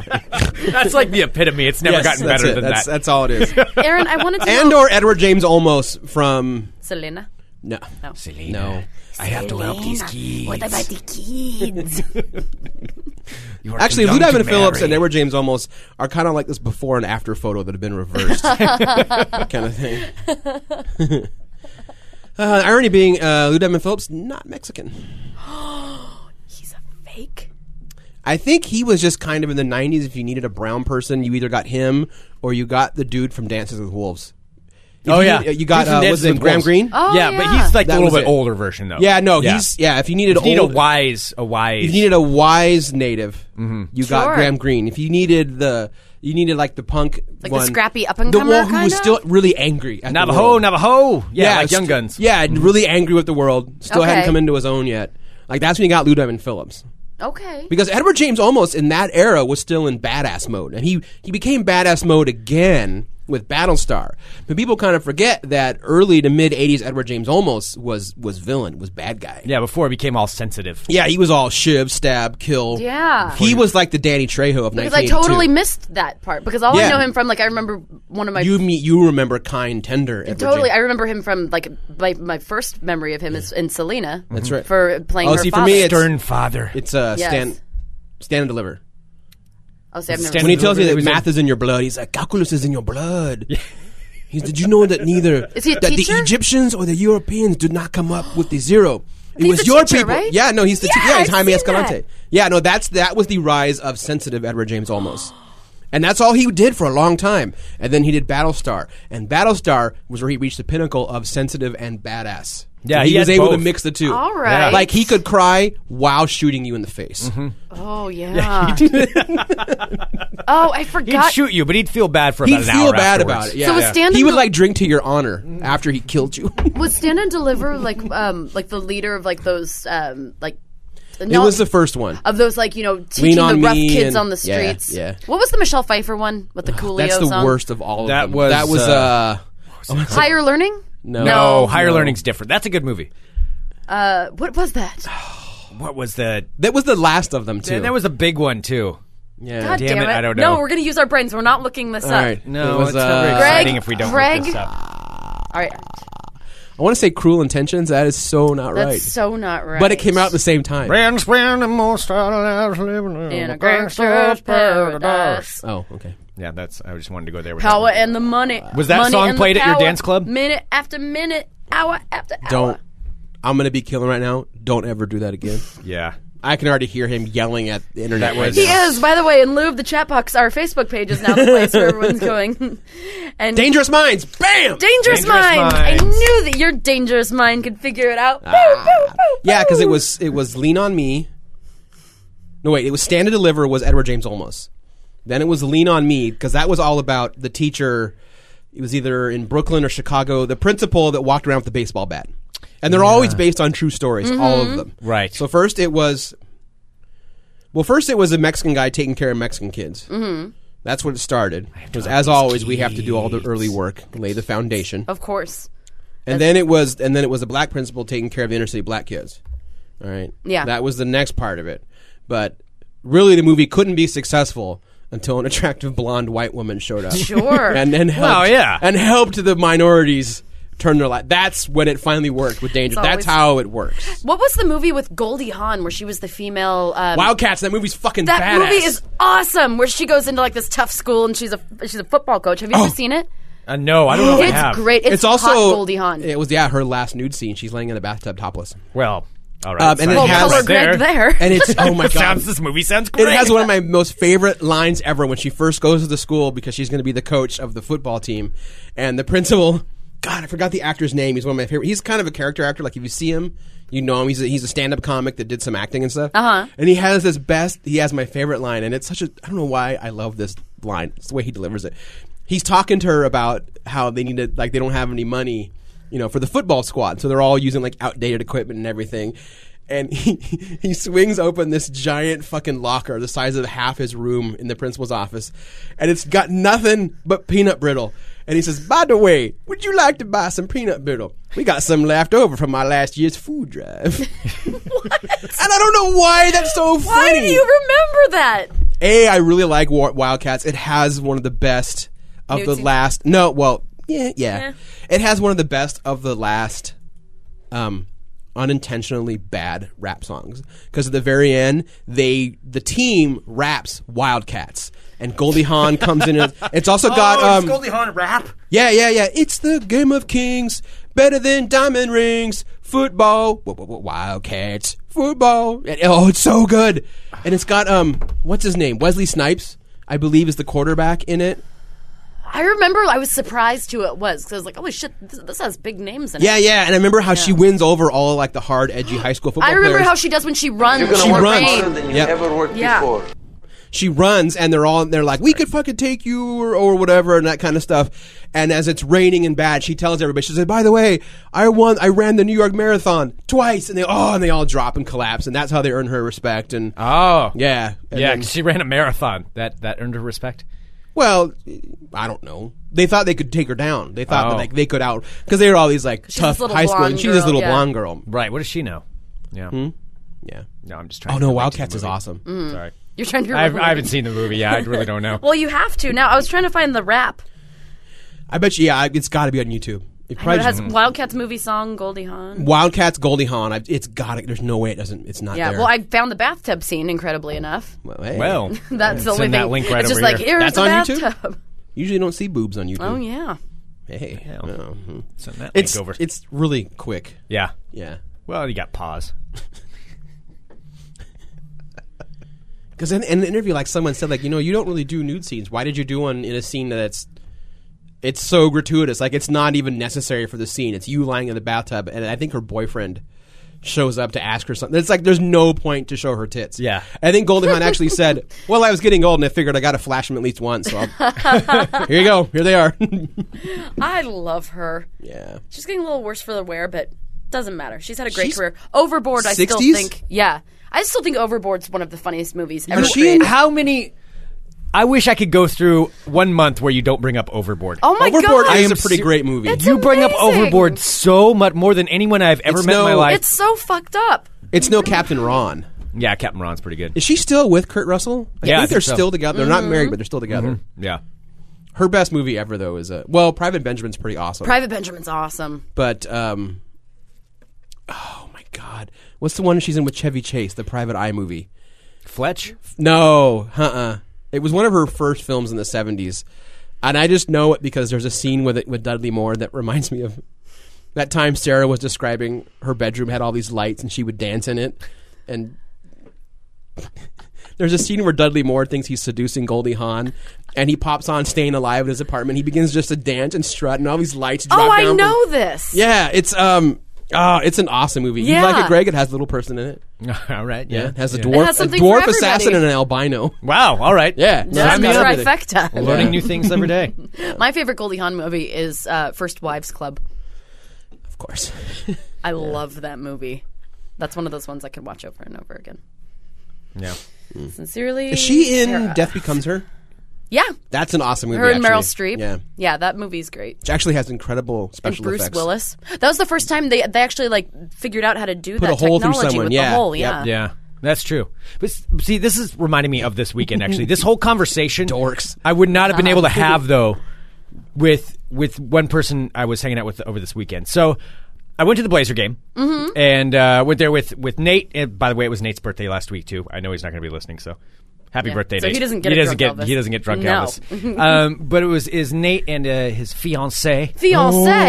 S6: like the epitome. It's never
S9: Yes,
S6: gotten
S9: that's
S6: better
S9: it.
S6: than
S9: that's,
S6: that.
S9: that's all it is
S7: Aaron, I wanted to
S9: and
S7: know,
S9: or edward james almost from
S7: Selena.
S9: no
S7: No.
S9: no
S6: I have to help these kids.
S7: What about the kids?
S6: You are too
S9: Actually, Lou
S6: young to
S9: Diamond Phillips
S6: marry.
S9: and Edward James almost are kind of like this before and after photo that have been reversed, kind of thing. uh, irony being, uh, Lou Diamond Phillips not Mexican.
S7: He's a fake.
S9: I think he was just kind of in the '90s. If you needed a brown person, you either got him or you got the dude from Dances with Wolves. If
S6: Oh,
S9: you
S6: yeah.
S9: need- you
S6: He's
S9: got
S6: from
S9: uh,
S6: Dances
S9: what's his name,
S6: with
S9: Graham
S6: Wolves.
S9: Green.
S7: Oh,
S6: yeah, but he's like the
S9: That
S6: little
S9: was
S6: bit
S9: it.
S6: older version though.
S9: yeah, no, he's yeah. If you needed
S6: You need a
S9: old,
S6: wise, Mm-hmm. a wise.
S9: if you needed a wise native, you
S7: Sure.
S9: got Graham Greene. If you needed the, you needed like the punk,
S7: Like the
S9: one,
S7: scrappy up-and-comer
S9: the one who was
S7: kinda?
S9: still really angry. At the
S6: Navajo,
S9: world.
S6: Navajo. Yeah, like
S9: st-
S6: Young Guns. Mm-hmm.
S9: Yeah, and really angry with the world. Still
S7: Okay.
S9: hadn't come into his own yet. Like that's when you got Lou Diamond Phillips.
S7: Okay.
S9: Because Edward James almost in that era was still in badass mode, and he he became badass mode again with Battlestar. But people kind of forget that early to mid '80s Edward James almost was was villain, was bad guy.
S6: Yeah, before it became all sensitive.
S9: Yeah, he was all shiv, stab, kill.
S7: Yeah.
S9: he was like the Danny Trejo of
S7: Because I totally
S9: 1982.
S7: missed that part. Because all I
S9: Yeah.
S7: know him from, like, I remember one of my
S9: You me- you remember kind, tender. Edward
S7: Totally,
S9: James.
S7: I remember him from like my, my first memory of him is in Selena.
S9: That's right.
S7: For playing
S9: Oh,
S7: her
S9: see, for
S7: father.
S9: me, it's-
S6: Stern father.
S9: it's uh,
S7: Yes.
S9: stand, stand and deliver.
S7: oh, see, I've never
S6: Stand-
S9: When he tells me
S6: Deliver
S9: that
S6: is
S9: math is in your blood, he's like calculus is in your blood. He's, did you know that neither
S7: Is he a
S9: that the
S7: teacher?
S9: Egyptians or the Europeans did not come up with the zero? It
S7: He's
S9: was
S7: a
S9: your
S7: teacher,
S9: people.
S7: right?
S9: Yeah, no, he's the
S7: Yeah,
S9: te- yeah, he's
S7: I've
S9: Jaime
S7: seen
S9: Escalante.
S7: that.
S9: Yeah, no, that's that was the rise of sensitive Edward James Olmos. And that's all he did for a long time. And then he did Battlestar. And Battlestar was where he reached the pinnacle of sensitive and badass.
S6: Yeah,
S9: he,
S6: he
S9: was
S6: had
S9: able to
S6: both.
S9: mix the two.
S7: All right.
S9: Like he could cry while shooting you in the face.
S6: Mm-hmm.
S7: Oh yeah. oh, I
S6: he'd
S7: forgot.
S6: shoot you, but he'd feel bad for about
S9: He'd
S6: an
S9: feel
S6: hour
S9: bad
S6: afterwards.
S9: about it. Yeah.
S7: So was
S9: yeah.
S7: Stan
S9: he
S7: and
S9: would
S7: Del-
S9: like drink to your honor after he killed you.
S7: Was Stand and Deliver like um like the leader of like those um like
S9: it was the first one.
S7: of those like you know teaching
S9: on
S7: the rough
S9: Me
S7: kids
S9: and-
S7: on the
S9: yeah,
S7: streets.
S9: yeah.
S7: What was the Michelle Pfeiffer one with the Coolio
S9: That's the
S7: song?
S9: worst of all of
S6: That
S9: them.
S6: was,
S9: that was
S6: uh,
S9: uh,
S7: Higher Learning.
S9: no.
S6: No, higher learning's different. That's a good movie.
S7: Uh, what was that?
S6: What was the?
S9: That was the last of them too.
S6: And that was a big one too.
S9: Yeah.
S7: God
S6: Damn
S7: damn
S6: it, I don't know.
S7: No, we're gonna use our brains. We're not looking this
S9: All
S7: up.
S9: right.
S6: No,
S9: It was,
S6: it's not very
S9: uh,
S7: Greg,
S6: exciting if we don't look
S7: Greg,
S6: this up.
S7: All right.
S9: I want to say Cruel Intentions. That is so not
S7: That's
S9: right.
S7: so not right.
S9: But it came out at the same time.
S6: Friends spend the most of their lives living
S7: in a gangster's paradise.
S9: Oh, okay.
S6: Yeah, that's. I just wanted to go there. With
S7: Power
S6: that.
S7: and the money.
S6: Was that
S7: Money
S6: song
S7: and the
S6: played at your
S7: power.
S6: dance club?
S7: Minute after minute, hour after hour.
S9: Don't. I'm going to be killing right now. Don't ever do that again.
S6: Yeah.
S9: I can already hear him yelling at the internet. right
S7: He
S9: now.
S7: is, by the way, in lieu of the chat box, our Facebook page is now the place where everyone's going. and
S9: Dangerous Minds.
S7: Dangerous,
S9: Bam!
S6: Dangerous
S7: Mind! I
S6: Minds.
S7: knew that your dangerous mind could figure it out.
S9: Ah, yeah, because it was it was Lean on Me. No, wait. It was Stand and Deliver was Edward James Olmos. Then it was Lean on Me because that was all about the teacher. It was either in Brooklyn or Chicago. The principal that walked around with the baseball bat, and they're always based on true stories. All of them.
S6: Right.
S9: So first it was. Well, first it was a Mexican guy taking care of Mexican kids. Mm-hmm. That's what it started. Because as always, we have to do all the early work, lay the foundation,
S7: Of course.
S9: and then it was, and then it was the black principal taking care of the inner city black kids. All right.
S7: Yeah.
S9: That was the next part of it, but really the movie couldn't be successful until an attractive blonde white woman showed up.
S7: Sure.
S9: And and helped,
S6: Well, yeah.
S9: and helped the minorities turn their life. That's when it finally worked with Danger.
S7: It's
S9: That's
S7: always-
S9: how it works.
S7: what was the movie with Goldie Hawn where she was the female. Um,
S9: Wildcats. That movie's fucking
S7: That
S9: badass.
S7: movie is awesome. Where she goes into like this tough school and she's a she's a football coach. Have you
S9: Oh.
S7: ever seen it?
S6: Uh, no, I don't know. if I
S7: It's
S6: have.
S7: great. It's,
S9: It's also
S7: hot Goldie Hawn.
S9: It was yeah her last nude scene. She's laying in a bathtub topless,
S6: Well, all right.
S9: Um, and it
S7: well,
S6: so I guess
S9: has-
S7: color Greg
S6: right
S7: there.
S9: and it's oh my god.
S6: Sounds. This movie sounds great.
S9: It has one of my most favorite lines ever when she first goes to the school because she's going to be the coach of the football team, and the principal. God, I forgot the actor's name. He's one of my favorite. He's kind of a character actor. Like if you see him, you know him. He's a, he's a stand up comic that did some acting and stuff. Uh huh. And he has this best. He has my favorite line, and it's such a. I don't know why I love this line. It's the way he delivers it. He's talking to her about how they need to like they don't have any money, you know, for the football squad. So they're all using like outdated equipment and everything and he he swings open this giant fucking locker the size of half his room in the principal's office, and it's got nothing but peanut brittle. And he says, "By the way, would you like to buy some peanut brittle? We got some left over from my last year's food drive." And I don't know why that's so
S7: Why
S9: funny.
S7: do you remember that?
S9: A, I really like Wa- Wildcats. It has one of the best of the
S7: Nudesy.
S9: last. No, well, yeah, yeah, It has one of the best of the last, um, unintentionally bad rap songs. Because at the very end, they the team raps Wildcats, and Goldie Hawn comes in. And it's also got um,
S6: Hawn rap.
S9: yeah, yeah, yeah. It's the game of kings, better than diamond rings. Football, w- w- w- Wildcats, football. And- oh, it's so good. And it's got um, what's his name? Wesley Snipes, I believe, is the quarterback in it.
S7: I remember I was surprised who it was because I was like, "Holy shit, this, this has big names in it."
S9: Yeah, yeah. And I remember how she wins over all like the hard, edgy high school football.
S7: I remember
S9: players.
S7: how she does when she runs.
S9: She
S7: in the
S9: runs.
S7: rain.
S9: than you Yep. ever
S11: worked
S7: Yeah. before.
S9: she runs and they're all they're like we could fucking take you or, or whatever and that kind of stuff and as it's raining and bad she tells everybody she says by the way i won i ran the new york marathon twice and they oh and they all drop and collapse and that's how they earn her respect and uh,
S6: Oh,
S9: yeah And
S6: yeah.
S9: then-
S6: 'cause she ran a marathon. That that earned her respect.
S9: well i don't know they thought they could take her down they thought
S6: Oh.
S9: that like they could out because they were all these like
S7: this
S9: tough
S7: little
S9: high school
S7: blonde
S9: and she's this
S7: girl,
S9: little
S7: yeah.
S9: blonde girl
S6: Right. What does she know? Yeah.
S9: yeah
S6: No, I'm just trying.
S9: oh
S6: to relate to
S9: no
S6: the
S9: wildcats is
S6: movie.
S9: awesome
S6: Sorry.
S7: You're trying to.
S6: I,
S7: remember.
S6: I haven't seen the movie. Yeah, I really don't know.
S7: Well, you have to now. I was trying to find the rap.
S9: i bet you yeah I- it's got to be on youtube it
S7: But it
S9: probably
S7: has Wildcats movie song, Goldie Hawn.
S9: Wildcats, Goldie Hawn. I've, it's got it. There's no way it doesn't. It's not
S7: Yeah.
S9: there.
S7: Well, I found the bathtub scene. Incredibly enough,
S9: Well, hey.
S6: well,
S7: that's the only
S6: send
S7: thing.
S6: that link right
S7: it's just
S6: over
S7: like
S6: here.
S7: here's
S9: That's
S7: the
S9: on YouTube?
S7: bathtub.
S9: Usually don't see boobs on YouTube.
S7: Oh yeah.
S9: Hey.
S6: Yeah.
S9: No. Mhm.
S6: send that
S9: It's
S6: link over.
S9: it's really quick.
S6: yeah.
S9: Yeah.
S6: Well, you got pause.
S9: Because in, in the interview, like someone said, like you know, you don't really do nude scenes. Why did you do one in a scene that's it's so gratuitous? Like it's not even necessary for the scene. It's you lying in the bathtub, and I think her boyfriend shows up to ask her something. It's like there's no point to show her tits.
S6: Yeah.
S9: I think Goldie Hawn actually said, "Well, I was getting old, and I figured I got to flash them at least once." So I'll- here you go. Here they are.
S7: I love her.
S9: yeah.
S7: She's getting a little worse for the wear, but doesn't matter. She's had a great
S9: She's-
S7: career. Overboard, I still
S9: 60s?
S7: think. Yeah, I still think Overboard's one of the funniest movies ever
S9: Was she
S7: created.
S9: in-
S6: How many? I wish I could go through one month where you don't bring up Overboard.
S7: Oh my
S9: Overboard
S7: god!
S9: is a pretty great movie.
S7: It's
S6: you bring up
S7: amazing.
S6: Overboard so much more than anyone I've ever
S9: It's
S6: met in my
S9: no-
S6: life.
S7: It's so fucked up.
S9: It's no Captain Ron.
S6: Yeah, Captain Ron's pretty good.
S9: Is she still with Kurt Russell? I
S6: Yeah, I
S9: think
S6: think
S9: they're
S6: so. Mm-hmm.
S9: still together. They're not married, but they're still together.
S6: Yeah.
S9: Her best movie ever, though, is uh, well, Private Benjamin's pretty awesome.
S7: Private Benjamin's awesome.
S9: but um, oh my god, what's the one she's in with Chevy Chase? The Private Eye movie?
S6: Fletch?
S9: No, uh, uh it was one of her first films in the seventies, and I just know it because there's a scene with it with Dudley Moore that reminds me of that time Sarah was describing her bedroom had all these lights and she would dance in it, and There's a scene where Dudley Moore thinks he's seducing Goldie Hawn, and he pops on "Staying Alive" in his apartment. He begins just to dance and strut, and all these lights. Drop
S7: Oh,
S9: down
S7: I
S9: from-
S7: know this.
S9: yeah, it's um, ah, it's an awesome movie. You
S7: Yeah.
S9: like it, Greg? It has little person in it.
S6: all right.
S9: Yeah,
S6: Yeah.
S9: it has a
S6: Yeah.
S9: dwarf,
S7: has
S9: a
S7: something for
S9: dwarf
S7: everybody.
S9: assassin, and an albino.
S6: Wow. All right.
S9: Yeah,
S7: That's
S9: sign me
S7: the
S9: up with it.
S7: trifecta.
S6: Learning new things every day.
S7: My favorite Goldie Hawn movie is uh, First Wives Club.
S9: Of course.
S7: I love that movie. That's one of those ones I could watch over and over again. Hmm.
S6: Yeah.
S7: Sincerely,
S9: Is she in
S7: Sarah.
S9: Death Becomes Her?
S7: Yeah,
S9: That's an awesome movie.
S7: her and Meryl
S9: actually.
S7: Streep.
S9: Yeah,
S7: yeah, that movie's great.
S9: she actually has incredible
S7: and
S9: special
S7: Bruce
S9: effects.
S7: Willis. That was the first time they they actually like figured out how to do
S9: Put
S7: that
S9: a hole through
S7: technology
S9: someone,
S7: with
S9: yeah,
S7: the hole.
S9: yep.
S7: Yeah,
S6: Yeah. That's true. But s- see, this is reminding me of this weekend actually. This whole conversation
S9: Dorks.
S6: I would not have been able to have though with with one person I was hanging out with over this weekend. So I went to the Blazer game
S7: Mm-hmm.
S6: and uh, went there with with Nate. And by the way, it was Nate's birthday last week too. I know he's not going to be listening, so happy
S7: Yeah.
S6: birthday,
S7: So
S6: Nate.
S7: he doesn't get
S6: he
S7: a
S6: doesn't
S7: drunk
S6: get
S7: Elvis.
S6: he doesn't get drunk
S7: No.
S6: Elvis. um, but it was is Nate and uh, his fiancee.
S7: Fiance,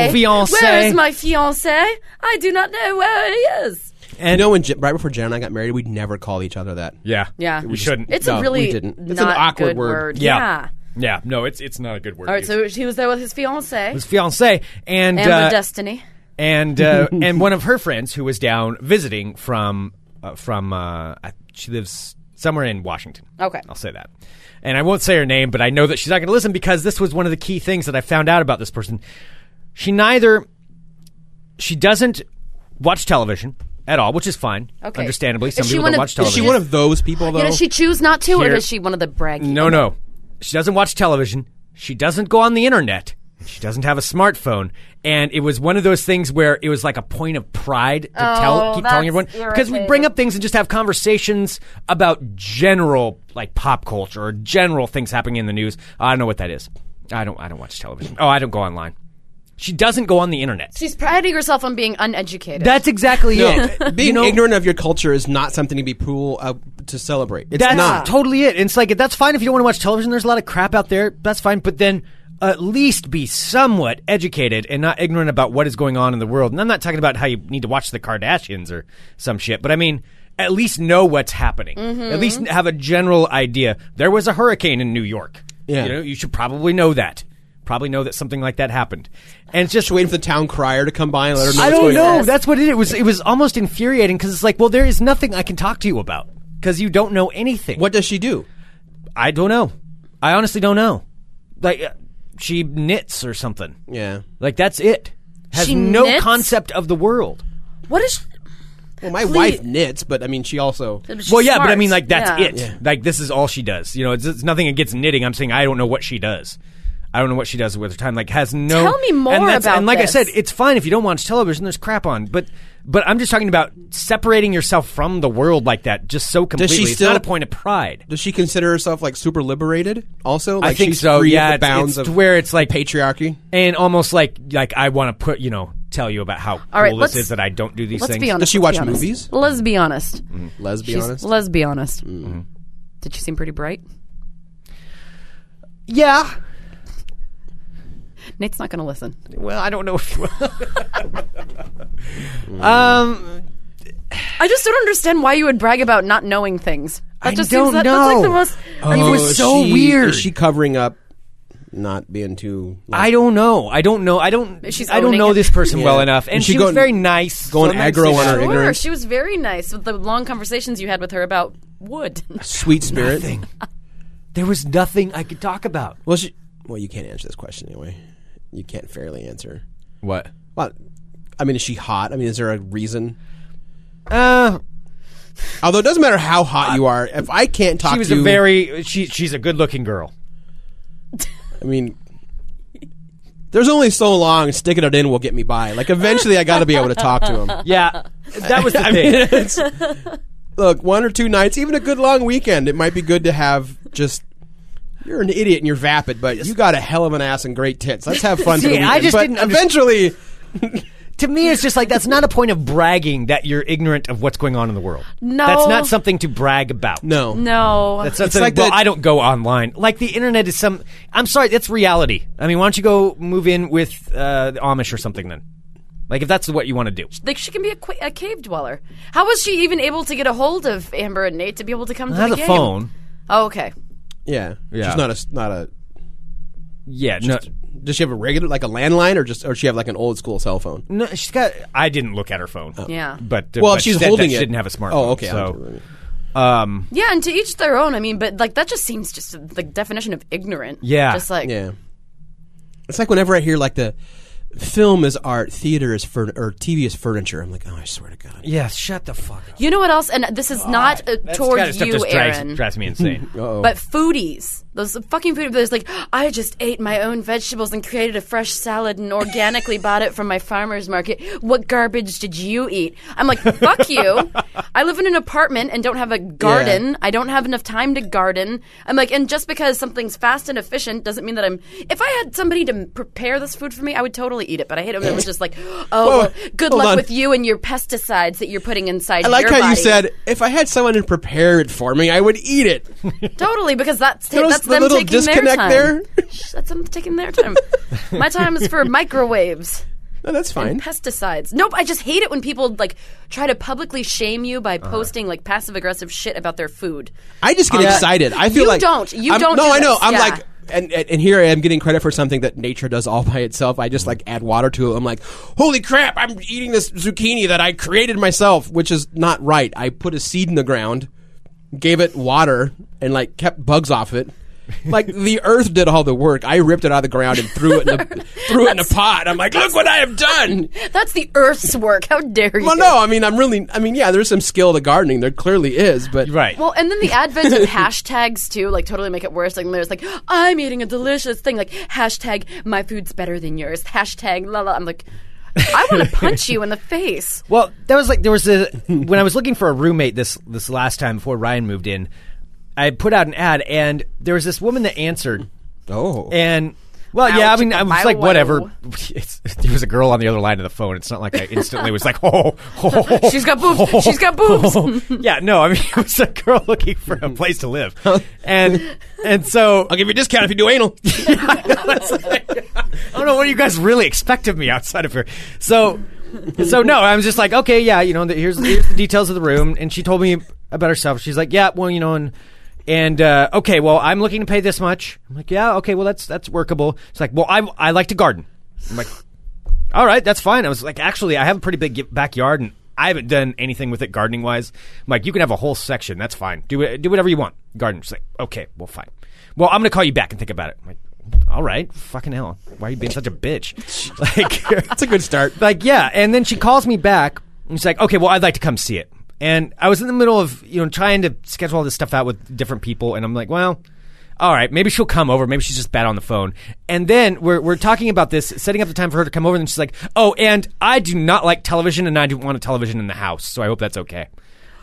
S6: Oh, fiancé.
S7: Where is my fiance? I do not know where he is.
S9: You know, when J- right before Jen and I got married, we'd never call each other that.
S6: Yeah,
S7: Yeah.
S6: we shouldn't.
S7: It's
S9: No,
S7: a
S9: we
S7: really
S9: didn't.
S7: not
S9: It's an awkward
S7: good
S9: word.
S6: Yeah.
S7: Yeah.
S6: yeah, no, it's it's not a good word.
S7: All right,
S6: It
S7: so he was there with his fiance
S6: was fiance and
S7: and
S6: uh,
S7: with Destiny.
S6: and uh, and one of her friends who was down visiting from uh, from uh, I- she lives somewhere in Washington.
S7: Okay.
S6: I'll say that, and I won't say her name, but I know that she's not going to listen because this was one of the key things that I found out about this person. She neither she doesn't watch television at all, which is fine.
S7: Okay.
S6: understandably,
S7: Is
S6: some
S7: she
S6: people
S7: one
S6: don't
S7: of-
S6: watch
S7: is she
S9: Is she
S6: television.
S9: one of those people though?
S7: Yeah, does she choose not to,
S6: Here-
S7: or is she one of the braggy?
S6: No, no. She doesn't watch television. She doesn't go on the internet. She doesn't have a smartphone. And it was one of those things where it was like a point of pride to tell, keep telling everyone.
S7: that's
S6: Because we bring up things and just have conversations about general, like pop culture or general things happening in the news. I don't know what that is. I don't, I don't watch television. Oh, I don't go online. She doesn't go on the internet.
S7: She's priding herself on being uneducated.
S6: That's exactly it.
S9: no, being
S6: You know-
S9: ignorant of your culture is not something to be cool uh, to celebrate. It's
S6: That's
S9: not.
S6: totally it. And it's like that's fine if you don't want to watch television. There's a lot of crap out there. That's fine, but then at least be somewhat educated and not ignorant about what is going on in the world. And I'm not talking about how you need to watch the Kardashians or some shit, but I mean at least know what's happening.
S9: Mm-hmm.
S6: At least have a general idea. There was a hurricane in New York.
S9: Yeah.
S6: You know, you should probably know that. Probably know that something like that happened. And it's just
S9: Waiting for the town crier to come by and let her know.
S6: I
S9: what's
S6: don't
S9: going on.
S6: know. That's what it, it was. It was almost infuriating because it's like, well, there is nothing I can talk to you about because you don't know anything.
S9: What does she do?
S6: I don't know. I honestly don't know. Like uh, she knits or something.
S9: Yeah.
S6: Like that's it. Has
S7: She
S6: no
S7: knits?
S6: concept of the world.
S7: what is? She,
S9: Well, my
S7: Please-
S9: wife knits, but I mean, she also.
S7: she's
S6: well, yeah, but I
S7: smart.
S6: mean, like that's
S7: Yeah.
S6: it. Like this is all she does. You know, it's, it's nothing against knitting. I'm saying I don't know what she does. I don't know what she does with her time. Like has no.
S7: Tell me more
S6: and that's-
S7: about
S6: And like
S7: this.
S6: I said, it's fine if you don't watch television. There's crap on, but. But I'm just talking about separating yourself from the world like that, just so completely.
S9: she
S6: it's not
S9: still-
S6: a point of pride.
S9: Does she consider herself like super liberated? Also, like
S6: I think
S9: she's
S6: so.
S9: Free
S6: yeah,
S9: of the
S6: it's-
S9: bounds
S6: it's
S9: of
S6: to where it's like
S9: patriarchy.
S6: and almost like like I want to put you know tell you about how
S7: All right,
S6: cool this
S7: let's-
S6: is that I don't do these
S7: let's
S6: things.
S7: be honest.
S9: Does she
S7: let's
S9: watch
S7: be honest.
S9: movies?
S7: Let's be honest.
S9: Let's be
S7: She's-
S9: honest.
S7: Let's be honest.
S6: Mm-hmm.
S7: Did she seem pretty bright?
S6: Yeah.
S7: Nate's not going to listen.
S6: Well, I don't know if you um,
S7: I just don't understand why you would brag about not knowing things. That
S6: I
S7: just
S6: don't
S7: seems that, That's like the
S6: know.
S7: most.
S6: it was so
S9: Oh, she,
S6: weird.
S9: Is she covering up, not being too? Like,
S6: I don't know. I don't know. I don't.
S7: She's
S6: I don't
S7: owning
S6: know
S7: it.
S6: this person well
S9: Yeah.
S6: enough, and
S9: Is she
S6: she, was
S9: going-
S6: very nice.
S9: going
S6: so I'm not
S9: aggro
S6: saying-
S9: on her
S7: Sure,
S9: ignorance?
S7: she was very nice with the long conversations you had with her about wood.
S9: Sweet spirit.
S6: Nothing. There was nothing I could talk about.
S9: Well, she. Well, you can't answer this question anyway. You can't fairly answer.
S6: What?
S9: Well, I mean, is she hot? I mean, is there a reason?
S6: Uh,
S9: Although it doesn't matter how hot you are, if I can't talk
S6: she was
S9: to
S6: a
S9: you,
S6: very. She she's a good looking girl.
S9: I mean, there's only so long sticking it in will get me by. Like eventually, I got to be able to talk to him.
S6: Yeah, that was the thing.
S9: look, one or two nights, even a good long weekend, it might be good to have just. You're an idiot and you're vapid, but you got a hell of an ass and great tits. Let's have fun. for the
S6: See, I
S9: weekend.
S6: just
S9: But
S6: didn't underst-
S9: Eventually,
S6: to me, it's just like that's not a point of bragging that you're ignorant of what's going on in the world.
S7: No.
S6: that's not something to brag about.
S9: no,
S7: No.
S6: That's not
S9: It's
S6: something-
S9: like
S6: well,
S9: the-
S6: I don't go online. Like the internet is some. I'm sorry, that's reality. I mean, why don't you go move in with uh, the Amish or something then? Like if that's what you want to do.
S7: like she can be a, qu- a cave dweller. How was she even able to get a hold of Amber and Nate to be able to come
S6: I
S7: to
S6: have
S7: the
S6: a
S7: game?
S6: phone.
S7: Oh, okay.
S9: yeah,
S6: Yeah.
S9: She's not a not a.
S6: Yeah, no,
S9: Does she have a regular like a landline or just or she have like an old school cell phone?
S6: no, she's got. I didn't look at her phone.
S7: Yeah.
S6: But uh,
S9: Oh. Well,
S6: but
S9: she's
S6: she said
S9: holding
S6: that
S9: it.
S6: She didn't have a smartphone.
S9: Oh, okay.
S6: So
S9: I'll do it.
S7: Yeah, and to each their own. I mean, but like that just seems just the definition of ignorant.
S6: Yeah.
S7: Just like
S9: Yeah. It's like whenever I hear like the film is art, theater is fur- or TV is furniture. I'm like, oh, I swear to God.
S6: yeah, shut the fuck up.
S7: you know what else? And this is not uh,
S6: That's
S7: toward
S6: kind of stuff
S7: you,
S6: just drives,
S7: Aaron.
S6: drives me insane.
S7: But foodies, those fucking foodies, there's like, I just ate my own vegetables and created a fresh salad and organically bought it from my farmer's market. What garbage did you eat? I'm like, fuck you. I live in an apartment and don't have a garden. I don't have enough time to garden. I'm like, and just because something's fast and efficient doesn't mean that I'm. If I had somebody to prepare this food for me, I would totally eat it. But I hate it when it was just like, oh, well, good
S9: hold
S7: luck
S9: on.
S7: with you and your pesticides that you're putting inside.
S9: I like
S7: your
S9: how you
S7: body.
S9: said, if I had someone to prepare it for me, I would eat it.
S7: Totally, because that's
S9: Notice
S7: that's
S9: the
S7: them
S9: little
S7: taking their
S9: disconnect
S7: time.
S9: there?
S7: Shh, That's them taking their time. My time is for microwaves,
S9: No, that's fine.
S7: pesticides. Nope, I just hate it when people like try to publicly shame you
S9: Uh-huh.
S7: by posting like passive aggressive shit about their food.
S9: I just get
S7: Yeah.
S9: excited. I feel
S7: You
S9: like
S7: don't. You
S9: I'm-
S7: don't
S9: No,
S7: do
S9: I know.
S7: this.
S9: I'm
S7: Yeah.
S9: like, and, and and here I am getting credit for something that nature does all by itself. I just like add water to it. I'm like, holy crap! I'm eating this zucchini that I created myself, which is not right. I put a seed in the ground, gave it water, and like kept bugs off it. like the earth did all the work. I ripped it out of the ground and threw it in a, threw it in a pot. I'm like, look what I have done.
S7: That's the Earth's work. How dare you?
S9: Well, no, I mean, I'm really, I mean, yeah, there's some skill to gardening. There clearly is, but
S6: Right.
S7: Well, and then the advent of hashtags too, like totally make it worse. Like there's like I'm eating a delicious thing, like hashtag my food's better than yours, hashtag la la. I'm like, I want to punch you in the face.
S6: Well, that was like there was a when I was looking for a roommate this this last time before Ryan moved in, I put out an ad and there was this woman that answered
S9: oh,
S6: and well, yeah, I
S7: Ouch,
S6: mean, I was like,
S7: my woe.
S6: whatever. It's, there was a girl on the other line of the phone. It's not like I instantly was like, oh, oh,
S7: She's got boobs. She's got boobs.
S6: yeah, no, I mean, it was a girl looking for a place to live, and and so
S9: I'll give you a discount if you do anal.
S6: I don't know what do you guys really expect of me outside of here. So, so no, I was just like, okay, yeah, you know, the, here's, here's the details of the room, and she told me about herself. She's like, yeah, well, you know, and and uh, okay, well, I'm looking to pay this much. I'm like, yeah, okay, well, that's that's workable. It's like, well, I I like to garden. I'm like, all right, that's fine. I was like, actually, I have a pretty big gi- backyard, and I haven't done anything with it gardening wise. I'm like, you can have a whole section. That's fine. Do it. Do whatever you want. Garden. She's like, okay, well, fine. Well, I'm gonna call you back and think about it. I'm like, all right, fucking hell. Why are you being such a bitch? Like,
S9: That's a good start.
S6: like yeah and then she calls me back and she's like okay well i'd like to come see it and i was in the middle of you know trying to schedule all this stuff out with different people and i'm like well all right maybe she'll come over maybe she's just bad on the phone and then we're, we're talking about this setting up the time for her to come over and she's like oh and i do not like television and i don't want a television in the house so i hope that's okay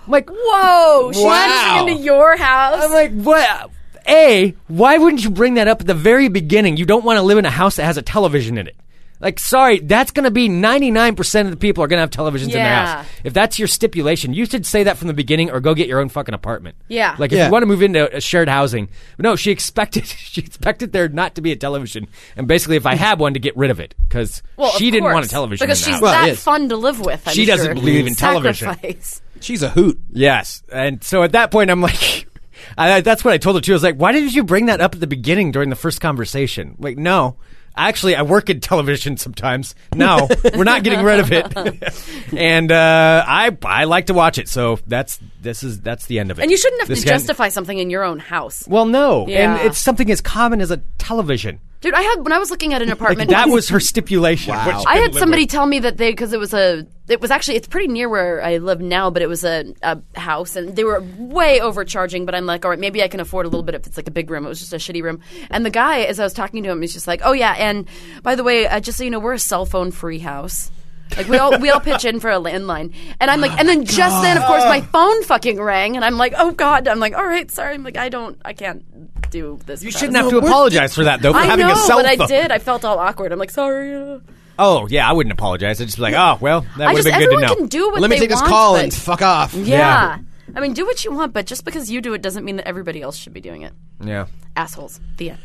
S6: i'm like
S7: Whoa! She
S9: Wow.
S7: comes into your house.
S6: i'm like what a why wouldn't you bring that up at the very beginning you don't want to live in a house that has a television in it like sorry that's going to be 99% of the people are going to have televisions in their
S7: Yeah.
S6: house if that's your stipulation you should say that from the beginning or go get your own fucking apartment
S7: Yeah.
S6: like if
S9: Yeah.
S6: you want to move into a shared housing no she expected she expected there not to be a television and basically if i had one to get rid of it because
S7: Well,
S6: she
S7: of
S6: didn't
S7: course,
S6: want a television
S7: because
S6: in the
S7: she's
S6: house.
S9: Well, it
S7: that
S9: is.
S7: fun to live with. I'm
S6: She doesn't
S7: sure.
S6: believe in television.
S7: Sacrifice.
S9: She's a hoot.
S6: Yes, and so at that point, I'm like, I, that's what I told her too. I was like, why didn't you bring that up at the beginning during the first conversation? Like, no. Actually, I work in television sometimes. No, we're not getting rid of it, and uh, I I like to watch it. So that's this is that's the end of it.
S7: And you shouldn't have
S6: This
S7: to
S6: guy-
S7: justify something in your own house,
S6: Well, no,
S7: Yeah.
S6: and it's something as common as a television.
S7: dude. I had when I was looking at an
S6: Like,
S7: apartment.
S6: that was her stipulation.
S9: Wow.
S6: which
S7: I
S6: couldn't
S7: had
S6: live
S7: somebody
S6: with.
S7: tell me that they because it was a it was actually it's pretty near where I live now, but it was a, a house and they were way overcharging. But I'm like, all right, maybe I can afford a little bit if it's like a big room. It was just a shitty room. And the guy, as I was talking to him, he's just like, oh yeah, and by the way, uh, just so you know, we're a cell phone free house. Like we all we all pitch in for a landline, and I'm like, and then just then, of course, my phone fucking rang, and I'm like, oh god, I'm like, all right, sorry, I'm like, I don't, I can't do this.
S6: You
S7: without
S6: shouldn't
S7: it.
S6: have to apologize for that though. For
S7: I
S6: having
S7: know,
S6: a cell
S7: but
S6: phone.
S7: I did. I felt all awkward. I'm like, sorry.
S6: Oh yeah, I wouldn't apologize. I'd just be like, oh well, that
S7: I
S6: would
S7: just
S6: have been good to
S7: everyone
S6: know.
S7: can do what
S9: Let me
S7: they
S9: take this
S7: want,
S9: call
S7: but-
S9: and fuck off.
S7: yeah.
S6: Yeah.
S7: I mean, do what you want, but just because you do it doesn't mean that everybody else should be doing it.
S6: yeah.
S7: Assholes. The end.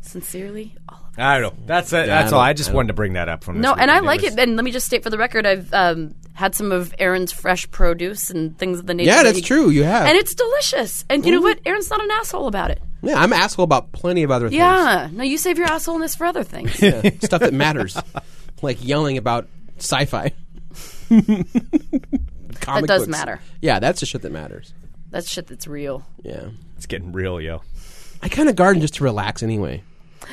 S7: Sincerely, all of
S6: I don't know. That's it.
S9: I
S6: that's all.
S9: don't-
S6: I just wanted to bring that up from
S7: No,
S6: this
S7: and I
S6: weekend.
S7: like
S6: was-
S7: it. And let me just state for the record, I've um, had some of Aaron's fresh produce and things of the nature.
S9: Yeah,
S7: that
S9: that's
S7: he-
S9: true. You have.
S7: And it's delicious. And you know what? Aaron's not an asshole about it.
S9: yeah, I'm an asshole about plenty of other
S7: Yeah. No, you save your assholeness for other things.
S9: things. Yeah. Stuff that matters. like yelling about sci fi. That
S7: does matter.
S9: Yeah, that's the shit that matters.
S7: that's shit that's real.
S9: Yeah.
S6: It's getting real, yo.
S9: I kind of garden just to relax anyway.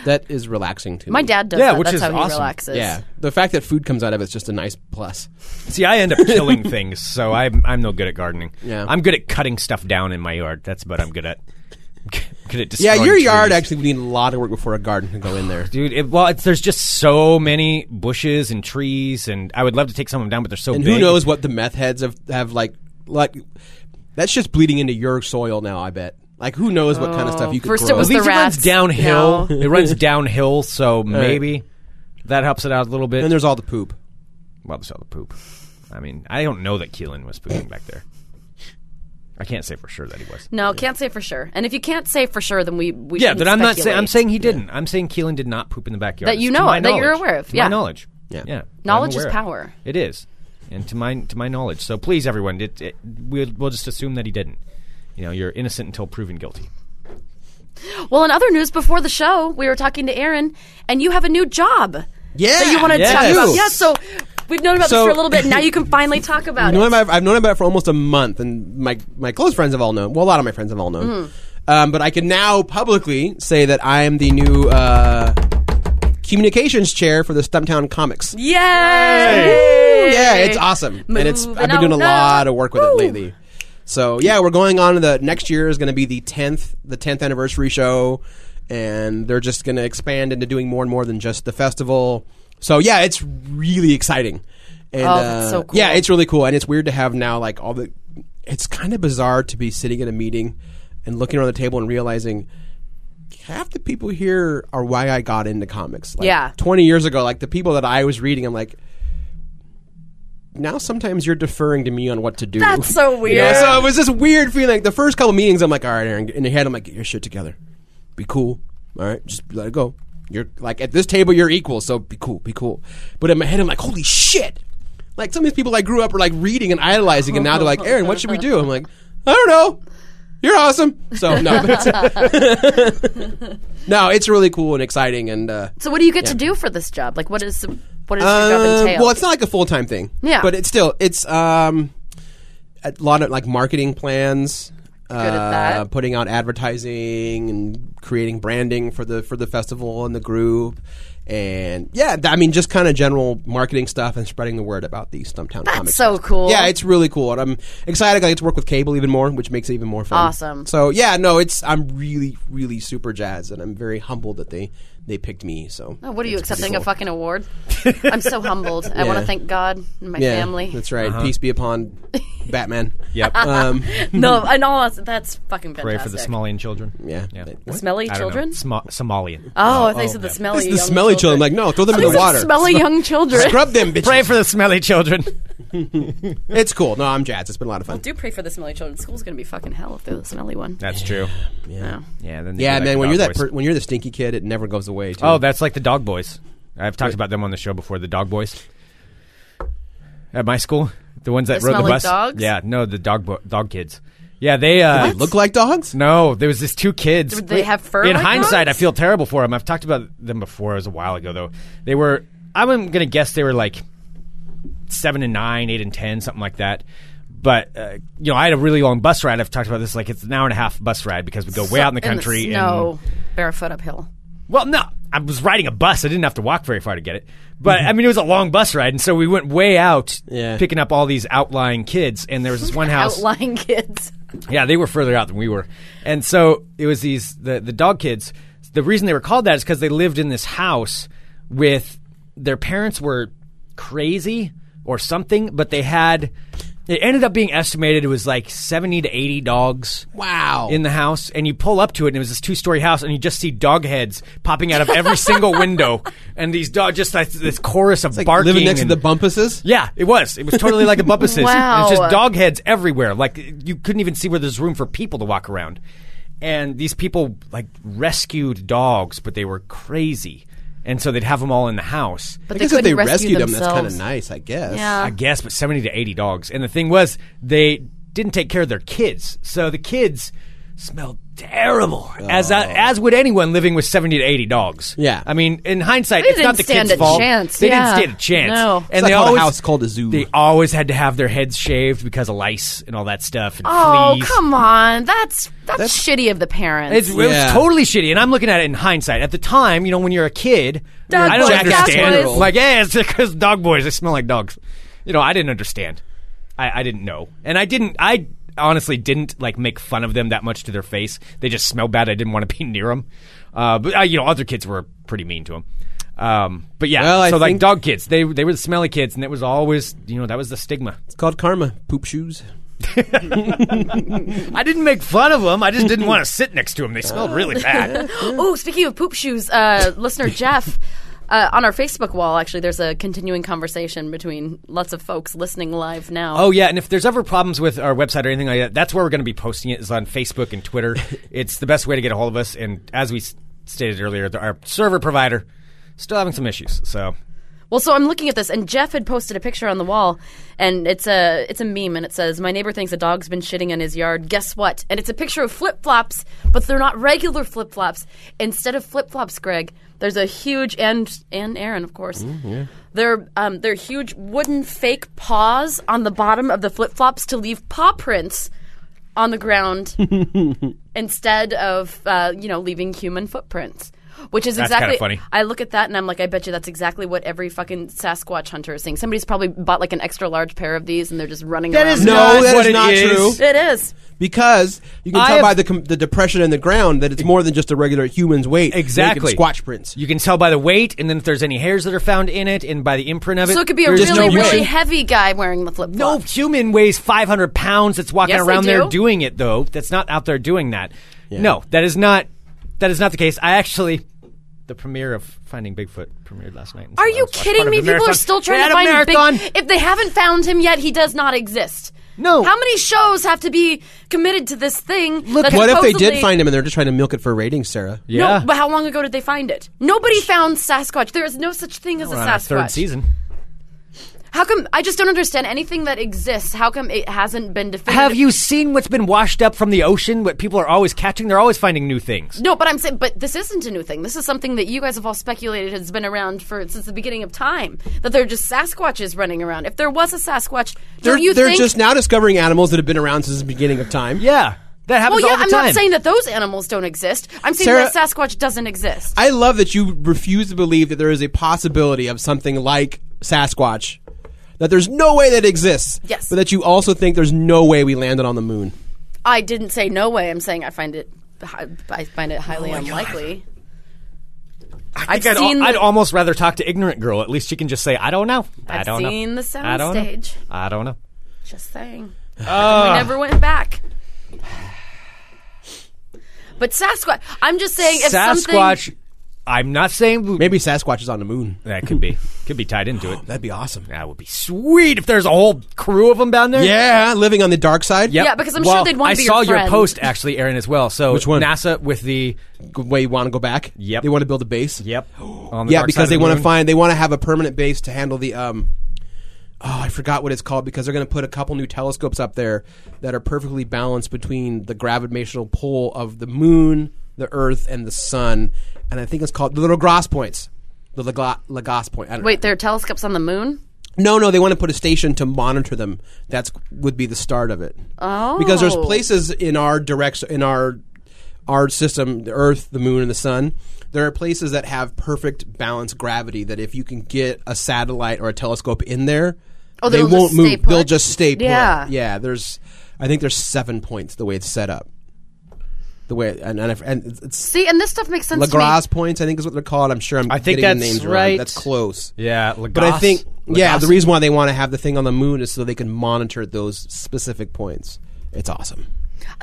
S9: That is relaxing to
S7: My
S9: me.
S7: dad does
S6: Yeah,
S7: that.
S6: which
S7: that's
S6: is
S7: how he
S6: awesome.
S7: relaxes.
S9: Yeah, the fact that food comes out of it's just a nice plus.
S6: See, I end up killing things, so I'm I'm no good at gardening.
S9: Yeah.
S6: I'm good at cutting stuff down in my yard. That's what I'm good at. good at
S9: Yeah,
S6: destroying
S9: your yard
S6: trees.
S9: actually would need a lot of work before a garden can go in there.
S6: Dude, it, well, it's, there's just so many bushes and trees, and I would love to take some of them down, but they're so
S9: And
S6: big.
S9: who knows what the meth heads have, have like like that's just bleeding into your soil now. I bet. Like who knows what
S7: Oh,
S9: kind of stuff you could
S7: First it
S9: grow.
S7: was
S6: At least
S7: the
S6: it runs
S7: rats,
S6: downhill. it runs downhill, so maybe that helps it out a little bit.
S9: and there's all the poop.
S6: well, there's all the poop. I mean, I don't know that Keelan was pooping back there. I can't say for sure that he was.
S7: No, can't say for sure. And if you can't say for sure, then we, we
S6: Yeah,
S7: shouldn't
S6: but I'm not saying
S7: speculate.
S6: I'm saying he didn't. I'm saying Keelan did not poop in the backyard.
S7: That you
S6: It's to
S7: know
S6: my
S7: of, that you're
S6: knowledge.
S7: aware of.
S6: To
S7: Yeah.
S6: my knowledge.
S9: Yeah.
S6: yeah. I'm
S7: Knowledge is
S6: aware of.
S7: power.
S6: It is, and to my to my knowledge. So please, everyone, it, it, we'll, we'll just assume that he didn't. You know, you're innocent until proven guilty.
S7: Well, in other news, before the show, we were talking to Aaron, and you have a new job
S9: Yeah,
S7: that you want to
S6: yes.
S7: talk
S6: I do.
S7: about. Yeah, so we've known about this
S9: So-
S7: for a little bit. Now you can finally talk about
S9: I've
S7: it.
S9: known about, I've known about it for almost a month, and my my close friends have all known. Well, a lot of my friends have all
S7: Mm-hmm.
S9: known. Um, but I can now publicly say that I am the new uh, communications chair for the Stumptown Comics.
S7: Yay!
S9: Yeah, it's awesome, and it's I've
S7: Moving
S9: been doing a
S7: on
S9: lot
S7: up.
S9: of work with it
S7: Woo.
S9: lately. So yeah, we're going on to the next year is going to be the tenth the tenth anniversary show, and they're just going to expand into doing more and more than just the festival. So yeah, it's really exciting. And,
S7: Oh, that's
S9: uh,
S7: so cool.
S9: Yeah, it's really cool, and it's weird to have now like all the. It's kind of bizarre to be sitting in a meeting and looking around the table and realizing half the people here are why I got into comics. Like,
S7: Yeah.
S9: twenty years ago, like the people that I was reading, I'm like, now sometimes you're deferring to me on what to do.
S7: That's so weird.
S9: Yeah, so it was this weird feeling. Like the first couple meetings, I'm like, all right, Aaron. In your head, I'm like, get your shit together. Be cool. All right, just let it go. You're like at this table, you're equal. So be cool. Be cool. But in my head, I'm like, holy shit. Like some of these people I grew up were like reading and idolizing, and now they're like, Aaron, what should we do? I'm like, I don't know. You're awesome. So no, but- no, it's really cool and exciting, and uh,
S7: So what do you get to do for this job? Like, what is what does your
S9: uh,
S7: job entail?
S9: Well, it's not like a full time thing.
S7: Yeah.
S9: but it's still it's um a lot of like marketing plans. Good
S7: at that.
S9: Putting out advertising and creating branding for the for the festival and the group, and yeah, th- I mean just kind of general marketing stuff and spreading the word about the Stumptown. That's
S7: so cool.
S9: Yeah, it's really cool, and I'm excited. I get to work with Cable even more, which makes it even more fun.
S7: Awesome.
S9: So yeah, no, it's I'm really really super jazzed, and I'm very humbled that they they picked me. So
S7: Oh, what are you
S9: it's pretty
S7: accepting
S9: cool.
S7: a fucking award? I'm so humbled. I want
S9: Yeah.
S7: to thank God and my
S9: Yeah,
S7: family.
S9: That's right.
S6: Uh-huh.
S9: Peace be upon Batman.
S6: Yep.
S9: Um,
S7: No, and all us- that's fucking fantastic.
S6: Pray for the Somalian children.
S9: yeah.
S6: Yeah.
S9: What?
S7: The smelly
S6: I don't know.
S7: children.
S6: Smo- Somalian.
S7: Oh, they said the smelly.
S9: It's the
S7: young
S9: smelly children. Like, no, throw them in
S7: They
S9: the
S7: said
S9: water.
S7: Smelly young children.
S9: Scrub them, bitches.
S6: Pray for the smelly children.
S9: it's cool. No, I'm jazzed. It's been a lot of fun.
S7: Do pray for the smelly children. School's gonna be fucking hell if they're the smelly one.
S6: That's true.
S7: No.
S6: Yeah. Then they
S9: Yeah,
S6: do like
S9: man.
S6: the
S9: When
S6: dog
S9: you're that
S6: boys.
S9: per- when you're the stinky kid, it never goes away. Too.
S6: Oh, that's like the dog boys. I've talked about them on the show before. The dog boys at my school, the ones that
S7: They
S6: rode the
S7: smell like
S6: bus.
S7: dogs?
S6: Yeah, no, the dog bo- dog kids. Yeah, they uh,
S9: they look like dogs.
S6: No, there was this two kids.
S7: Did they have fur
S6: In
S7: like
S6: hindsight,
S7: dogs?
S6: I feel terrible for them. I've talked about them before. It was a while ago though. They were. I'm gonna guess they were like seven and nine, eight and ten, something like that. But uh, you know, I had a really long bus ride. I've talked about this. Like it's an hour and a half bus ride because we go way out in the country.
S7: In
S6: and-
S7: the snow, barefoot uphill.
S6: well, no, I was riding a bus. I didn't have to walk very far to get it. But I mean, it was a long bus ride, and so we went way out,
S9: Yeah.
S6: picking up all these outlying kids. And there was this one house.
S7: Outlying kids.
S6: Yeah, they were further out than we were, and so it was these the the dog kids. The reason they were called that is because they lived in this house with their parents were crazy or something, but they had. It ended up being estimated it was like seventy to eighty dogs.
S9: Wow.
S6: In the house, and you pull up to it, and it was this two-story house, and you just see dog heads popping out of every single window, and these dog just like this chorus of barking.
S9: Living next
S6: and,
S9: to the Bumpuses?
S6: yeah, it was. It was totally like a Buppuses.
S7: Wow.
S6: It's just dog heads everywhere. Like you couldn't even see where there's room for people to walk around. And these people like rescued dogs, but they were crazy, and so they'd have them all in the house.
S7: But
S9: I
S7: they
S9: guess if
S7: couldn't
S9: they
S7: rescue
S9: rescued them,
S7: themselves.
S9: that's kind of nice, I guess.
S6: I
S7: Yeah.
S6: guess, but seventy to eighty dogs. And the thing was, they didn't take care of their kids, so the kids smelled terrible, as
S7: Oh.
S6: as would anyone living with seventy to eighty dogs.
S9: Yeah.
S6: I mean, in hindsight,
S7: They
S6: it's not
S7: didn't
S6: the
S7: stand
S6: kids'
S7: a
S6: fault.
S7: chance,
S6: They
S7: yeah.
S6: didn't stand a chance.
S7: No.
S6: and
S9: not
S6: they
S9: called a
S6: always
S9: house, called a zoo.
S6: They always had to have their heads shaved because of lice and all that stuff. And
S7: Oh,
S6: fleas.
S7: come on. That's, that's
S9: That's-
S7: shitty of the parents.
S6: It's, It
S9: Yeah.
S6: was totally shitty, and I'm looking at it in hindsight. At the time, you know, when you're a kid,
S7: Dog
S6: I don't
S7: boys,
S6: understand.
S7: dog boys.
S6: Like, yeah, it's because dog boys they smell like dogs. You know, I didn't understand. I, I didn't know, and I didn't. I honestly didn't like make fun of them that much to their face. They just smell bad. I didn't want to be near them. Uh, but uh, you know, other kids were pretty mean to them. Um, but yeah,
S9: Well, I
S6: so like
S9: think-
S6: dog kids, they they were the smelly kids, and it was always you know that was the stigma.
S9: It's called karma. Poop shoes.
S6: I didn't make fun of them. I just didn't want to sit next to them. They smelled really bad.
S7: Oh, speaking of poop shoes, uh, listener Jeff, uh, on our Facebook wall, actually, there's a continuing conversation between lots of folks listening live now.
S6: Oh yeah, and if there's ever problems with our website or anything like that, that's where we're going to be posting it. Is on Facebook and Twitter. it's the best way to get a hold of us. And as we s- stated earlier, the- our server provider still having some issues. So
S7: Well, so I'm looking at this, and Jeff had posted a picture on the wall, and it's a it's a meme, and it says, "My neighbor thinks a dog's been shitting in his yard. Guess what?" And it's a picture of flip flops, but they're not regular flip flops. Instead of flip flops, Greg, there's a huge and and Aaron, of course.
S6: Mm,
S7: They're um, they're huge wooden fake paws on the bottom of the flip flops to leave paw prints on the ground instead of uh, you know leaving human footprints. Which is
S6: That's kinda
S7: exactly
S6: funny.
S7: I look at that and I'm like, I bet you that's exactly what every fucking Sasquatch hunter is seeing. Somebody's probably bought like an extra large pair of these and they're just running
S6: That
S7: around.
S6: is
S9: No,
S6: not
S9: that
S6: what
S9: is
S6: it
S9: not
S6: is.
S9: true.
S7: it is.
S9: Because you can
S6: I
S9: tell
S6: have-
S9: by the, com- the depression in the ground that it's more than just a regular human's weight. They can
S6: exactly
S9: Squatch prints.
S6: You can tell by the weight, and then if there's any hairs that are found in it, and by the imprint of it.
S7: So it could be a
S6: there's
S7: really,
S6: no
S7: really
S6: way.
S7: heavy guy wearing the flip flop.
S6: No human weighs 500 pounds that's walking
S7: Yes, they
S6: around there
S7: do.
S6: doing it though. That's not out there doing that. No, that is not that is not the case. I actually the premiere of Finding Bigfoot premiered last night. and so
S7: Are
S6: I
S7: you
S6: was watching part
S7: kidding
S6: of
S7: me?
S6: the
S7: People are
S6: marathon.
S7: still
S6: They
S7: trying
S6: had
S7: to
S6: a
S7: find
S6: marathon.
S7: Big. If they haven't found him yet, he does not exist.
S6: No.
S7: How many shows have to be committed to this thing? that
S9: what if they
S7: supposedly-
S9: did find him and they're just trying to milk it for ratings, Sarah?
S6: yeah.
S7: No, but how long ago did they find it? Nobody found Sasquatch. There is no such thing as a
S6: We're on our
S7: Sasquatch.
S6: third season.
S7: How come? I just don't understand anything that exists. How come it hasn't been definitive?
S6: Have you seen what's been washed up from the ocean? What people are always catching? They're always finding new things.
S7: No, but I'm saying, but this isn't a new thing. This is something that you guys have all speculated has been around for since the beginning of time. That there are just Sasquatches running around. If there was a Sasquatch,
S9: They're,
S7: don't you
S9: they're
S7: think?
S9: just now discovering animals that have been around since the beginning of time.
S6: Yeah, that happens
S7: well, yeah,
S6: all the
S7: I'm
S6: time.
S7: not saying that those animals don't exist. I'm saying
S9: Sarah-
S7: that Sasquatch doesn't exist.
S9: I love that you refuse to believe that there is a possibility of something like Sasquatch. That there's no way that exists.
S7: Yes.
S9: But that you also think there's no way we landed on the moon.
S7: I didn't say no way. I'm saying I find it, hi- I find it highly unlikely.
S6: Oh I
S7: I've
S6: think I'd, al-
S7: seen
S6: I'd
S7: the-
S6: almost rather talk to ignorant girl. At least she can just say, "I don't know. I
S7: I've
S6: don't know."
S7: seen the
S6: I don't know.
S7: soundstage.
S6: I don't know.
S7: Just saying.
S6: Ah.
S7: I never went back. But Sasquatch, I'm just saying if
S6: Sasquatch.
S7: something
S6: I'm not saying
S9: Maybe Sasquatch is on the moon.
S6: that could be could be tied into it.
S9: That'd be awesome.
S6: That would be sweet if there's a whole crew of them down there.
S9: Yeah, living on the dark side.
S6: Yep.
S7: Yeah, because I'm sure
S6: Well,
S7: they'd wanna
S6: I
S7: be your
S6: saw your
S7: friend.
S6: post actually, Aaron, as well. So
S9: Which one?
S6: NASA with the
S9: Good Way you want to go back.
S6: Yep.
S9: They want to build a base.
S6: yep. on the
S9: Yeah,
S6: dark side
S9: because
S6: of
S9: they
S6: the
S9: want to
S6: moon.
S9: find they want to have a permanent base to handle the um Oh, I forgot what it's called because they're going to put a couple new telescopes up there that are perfectly balanced between the gravitational pull of the moon, the earth and the sun, and I think it's called the Lagrange points. The Lagla- Lagrange point. I don't
S7: wait, there are telescopes on the moon.
S9: No, no, they want to put a station to monitor them. That's would be the start of it. Oh. Because there's places in our direct in our our system, the earth, the moon and the sun, there are places that have perfect balanced gravity that if you can get a satellite or a telescope in there,
S7: Oh,
S9: they
S7: they'll
S9: won't
S7: just stay
S9: move.
S7: put?
S9: They'll just stay put.
S7: Yeah.
S9: Yeah, there's I think there's 7 points the way it's set up. The way and and, I- and it's
S7: See, and this stuff makes sense to me.
S9: Lagrange points, I think is what they're called. I'm sure I'm
S6: I think
S9: getting the
S6: that's
S9: names wrong.
S6: right.
S9: That's close.
S6: Yeah,
S9: But I
S6: Lagasse?
S9: think yeah,
S6: Lagasse?
S9: the reason why they want to have the thing on the moon is so they can monitor those specific points. It's awesome.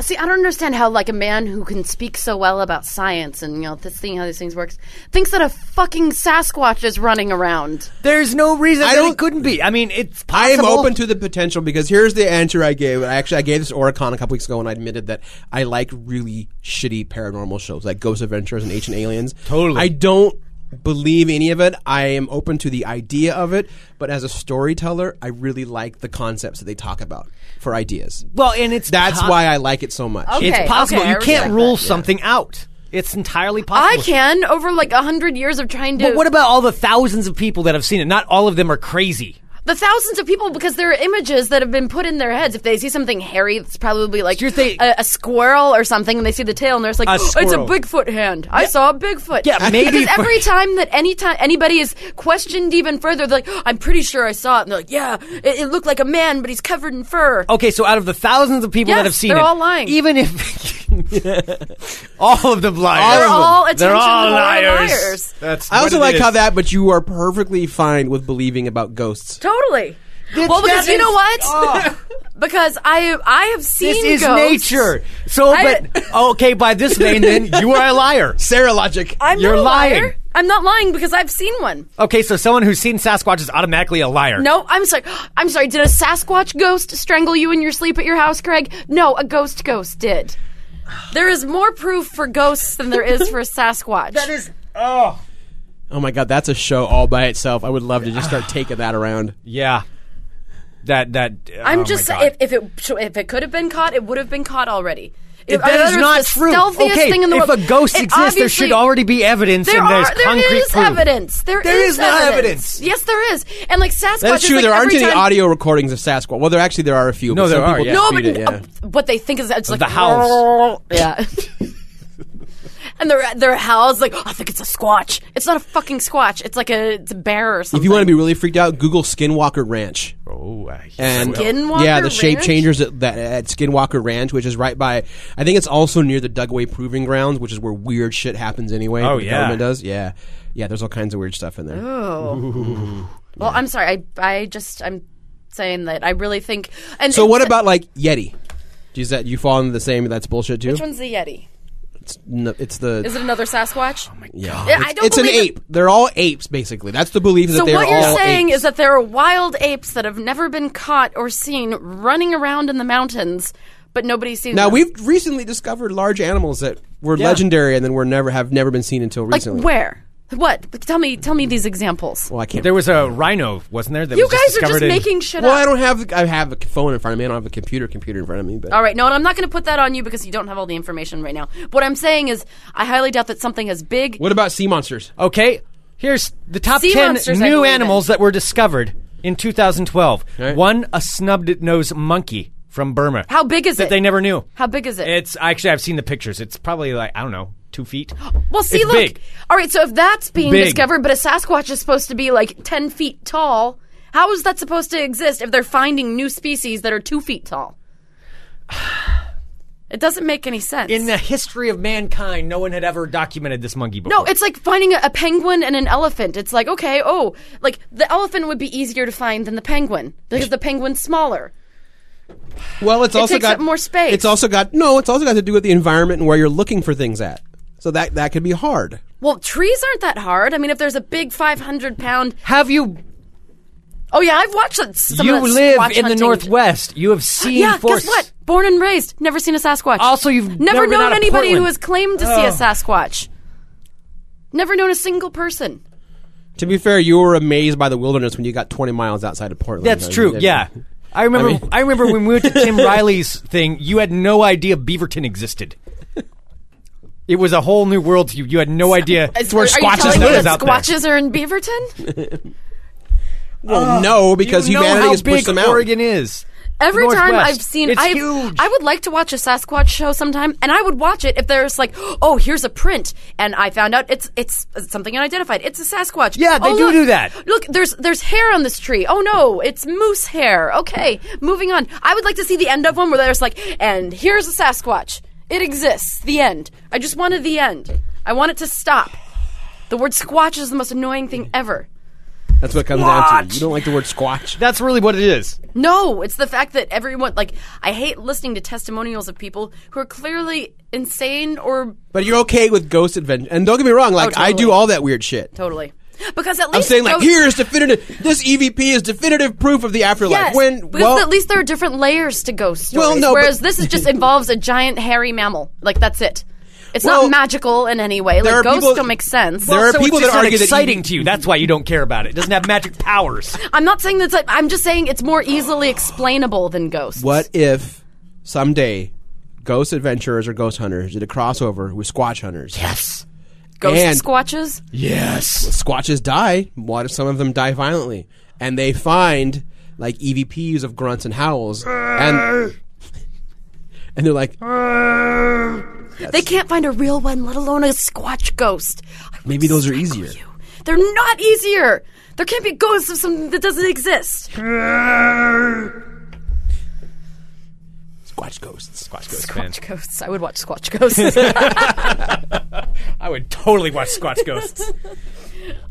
S7: See, I don't understand how like a man who can speak so well about science and you know this thing how these things works thinks that a fucking Sasquatch is running around.
S6: There's no reason
S9: I
S6: that
S9: don't-
S6: it couldn't be. I mean, it's
S9: I am
S6: possible.
S9: open to the potential because here's the answer I gave. I actually I gave this to Oricon a couple weeks ago and I admitted that I like really shitty paranormal shows like Ghost Adventures and Ancient Aliens.
S6: Totally.
S9: I don't believe any of it. I am open to the idea of it, but as a storyteller, I really like the concepts that they talk about for ideas.
S6: Well, and it's
S9: That's
S6: po-
S9: why I like it so much.
S7: Okay.
S6: it's possible.
S7: okay, I
S6: you can't
S7: respect
S6: rule
S7: that, yeah.
S6: something out. It's entirely
S7: I
S6: possible.
S7: can over like a hundred years of trying to.
S6: But what about all the thousands of people that have seen it? Not all of them are crazy.
S7: the thousands of people because there are images that have been put in their heads. If they see something hairy, it's probably like
S6: So you're thinking-
S7: a, a squirrel or something, and they see the tail, and they're just like,
S6: A
S7: "Oh, "It's a
S6: squirrel."
S7: Bigfoot hand. I saw a Bigfoot."
S6: Yeah, maybe
S7: Because
S6: for-
S7: every time that any time anybody is questioned even further, they're like, "Oh, "I'm pretty sure I saw it," and they're like, "Yeah, it, it looked like a man, but he's covered in fur."
S6: Okay, so out of the thousands of people
S7: Yes,
S6: that have seen
S7: they're
S6: it,
S7: all lying.
S6: Even if all of them liars,
S7: they're all attention
S6: They're all
S7: whore
S6: liars.
S7: liars.
S6: That's
S9: I also
S6: what it
S9: like how
S6: is.
S9: that, but you are perfectly fine with believing about ghosts.
S7: Totally. well, because you know what? because I I have seen
S6: Oh. This is
S7: ghosts.
S6: nature. So,
S7: I-
S6: but okay, by this vein, then you are a liar.
S9: Sarah logic.
S7: I'm
S6: You're
S7: not a liar.
S6: lying.
S7: I'm not lying because I've seen one.
S6: Okay, so someone who's seen Sasquatch is automatically a liar.
S7: No, I'm sorry. I'm sorry. Did a Sasquatch ghost strangle you in your sleep at your house, Craig? No, a ghost ghost did. There is more proof for ghosts than there is for a Sasquatch. that is
S9: Oh my god, that's a show all by itself. I would love to just start taking that around.
S6: Yeah. That that.
S7: I'm
S6: oh
S7: just
S6: My God.
S7: if, if it if it could have been caught, it would have been caught already. If,
S6: That
S7: whether
S6: is
S7: it's
S6: not
S7: the
S6: true.
S7: Stealthiest
S6: Okay,
S7: thing in the
S6: if
S7: world.
S6: a ghost
S7: it
S6: exists, there should
S7: obviously-
S6: already be evidence,
S7: There
S6: and there's
S7: are, there
S6: concrete
S7: is
S6: proof.
S7: evidence.
S6: There is no
S7: evidence.
S6: evidence.
S7: Yes, there is. And like Sasquatch,
S9: That's
S7: is
S9: true.
S7: Like
S9: there aren't
S7: every
S9: any
S7: time-
S9: audio recordings of Sasquatch. Well, there actually there are a few.
S6: No,
S9: but some
S6: there are,
S9: people
S6: yeah.
S7: No,
S9: just
S7: but
S9: read it, yeah.
S7: uh, what they think is that it's like
S6: the howls.
S7: Yeah. and their their howls like I think it's a squatch. It's not a fucking squatch. It's like a it's a bear or something.
S9: If you want to be really freaked out, Google Skinwalker Ranch.
S6: Oh, I-
S9: And
S7: Skinwalker
S9: yeah, the shape
S7: Ranch?
S9: changers at, that, at Skinwalker Ranch, which is right by, I think it's also near the Dugway Proving Grounds, which is where weird shit happens anyway.
S6: Oh,
S9: the
S6: yeah.
S9: government does. Yeah, yeah. There's all kinds of weird stuff in there.
S7: well, I'm sorry. I I just I'm saying that I really think. And
S9: So what about like Yeti? Do you, is that you fall into the same? That's bullshit too.
S7: which one's the Yeti?
S9: It's, no, it's the
S7: Is it another Sasquatch? Oh my god!
S9: yeah.
S7: I
S9: It's-
S7: don't
S9: it's an
S7: believe it-
S9: ape. They're all apes, basically. That's the belief that
S7: So
S9: they're
S7: what you're
S9: all
S7: saying
S9: apes.
S7: is that there are wild apes that have never been caught or seen running around in the mountains, but nobody's seen.
S9: Now
S7: them.
S9: we've recently discovered large animals that were legendary and then were never have never been seen until
S7: like
S9: recently.
S7: where? What? Tell me. Tell me these examples.
S9: Well, I can't.
S6: There was a rhino, wasn't there? That
S7: You
S6: was
S7: guys are
S6: discovered
S7: just
S6: in-
S7: making shit
S9: well,
S7: up.
S9: I don't have. I have a phone in front of me. I don't have a computer computer in front of me. But
S7: All right, no, and I'm not going to put that on you because you don't have all the information right now. What I'm saying is, I highly doubt that something as big.
S9: what about sea monsters? Uh,
S6: Okay, here's the top
S7: Sea
S6: ten
S7: monsters, I
S6: new
S7: believe in.
S6: animals that were discovered in 2012.
S9: Right.
S6: One, a snubbed nosed monkey from Burma.
S7: How big is
S6: that
S7: it?
S6: They never knew.
S7: How big is it?
S6: It's actually I've seen the pictures. It's probably like I don't know, two feet.
S7: well, see,
S6: it's
S7: look.
S6: big.
S7: All right, so if that's being
S6: Big.
S7: discovered, but a Sasquatch is supposed to be like ten feet tall, how is that supposed to exist if they're finding new species that are two feet tall? It doesn't make any sense.
S6: In the history of mankind, no one had ever documented this monkey before.
S7: No, it's like finding a, a penguin and an elephant. It's like, okay, oh, like the elephant would be easier to find than the penguin because the penguin's smaller.
S9: Well, it's also
S7: takes
S9: got
S7: up more space.
S9: It's also got no. It's also got to do with the environment and where you're looking for things at. So that that could be hard.
S7: Well, trees aren't that hard. I mean, if there's a big 500 pound.
S6: have you
S7: Oh, yeah, I've watched that- some
S6: you
S7: of that
S6: live
S7: Sasquatch
S6: in the
S7: hunting.
S6: northwest. You have seen
S7: Yeah,
S6: forests.
S7: guess what? Born and raised, never seen a Sasquatch.
S6: Also, you've
S7: never,
S6: never been
S7: known
S6: out of
S7: anybody who
S6: Portland. Oh.
S7: has claimed to see a Sasquatch. Never known a single person.
S9: To be fair, you were amazed by the wilderness when you got 20 miles outside of Portland.
S6: That's
S9: I mean,
S6: true.
S9: I-
S6: Yeah. I remember. I,
S9: mean-
S6: remember when we went to Tim Riley's thing. You had no idea Beaverton existed. It was a whole new world to you. You had no idea.
S7: It's where are
S6: squatches
S7: you telling me
S6: live
S7: that
S6: out there.
S7: Squatches are in Beaverton?
S9: Well, no, because
S6: Uh, you know
S9: humanity
S6: how
S9: has
S6: big
S9: pushed them out.
S6: Oregon is.
S7: Every
S6: The
S7: time
S6: Northwest.
S7: I've seen,
S6: it's
S7: I've,
S6: huge.
S7: I would like to watch a Sasquatch show sometime, and I would watch it if there's like, oh, here's a print, and I found out it's it's something unidentified. It's a Sasquatch.
S6: Yeah, they
S7: Oh,
S6: do
S7: look,
S6: do that.
S7: Look, there's there's hair on this tree. Oh no, it's moose hair. Okay, moving on. I would like to see the end of one where there's like, and here's a Sasquatch. It exists. The end. I just wanted the end. I want it to stop. The word squatch is the most annoying thing ever.
S9: That's what it comes down to. You don't like the word squatch.
S6: That's really what it is.
S7: No, it's the fact that everyone like I hate listening to testimonials of people who are clearly insane or
S9: But you're okay with Ghost Adventure. And don't get me wrong, like
S6: Oh,
S9: I do
S7: totally.
S9: all that weird shit.
S7: totally. Because at least
S9: I'm saying like
S7: those-
S9: here is definitive. This EVP is definitive proof of the afterlife.
S7: Yes,
S9: when
S7: because
S9: well,
S7: at least there are different layers to ghost stories.
S9: Well, no,
S7: whereas
S9: but-
S7: this is just involves a giant hairy mammal. Like that's it. It's
S9: Well,
S7: not magical in any way.
S9: there
S7: Like
S9: are
S7: ghosts
S9: people-
S7: don't make sense.
S9: there are
S6: so
S9: people
S6: it's just
S9: that
S6: not
S9: argue that
S6: exciting
S9: even-
S6: to you. That's why you don't care about it. It doesn't have magic powers.
S7: I'm not saying that's. Like, I'm just saying it's more easily explainable than ghosts.
S9: what if someday ghost adventurers or ghost hunters did a crossover with Squatch hunters?
S7: Yes. Ghost
S9: And-
S7: squatches.
S6: Yes.
S9: Squatches die. What if some of them die violently? And they find like EVPs of grunts and howls, and and they're like,
S7: They can't find a real one, let alone a squatch ghost. I would
S9: maybe those are
S7: strangle
S9: easier.
S7: you. They're not easier. There can't be ghosts of something that doesn't exist.
S9: Squatch ghosts. Squatch ghosts.
S7: Squatch ghosts. I would watch squatch ghosts.
S6: I would totally watch Squatch Ghosts.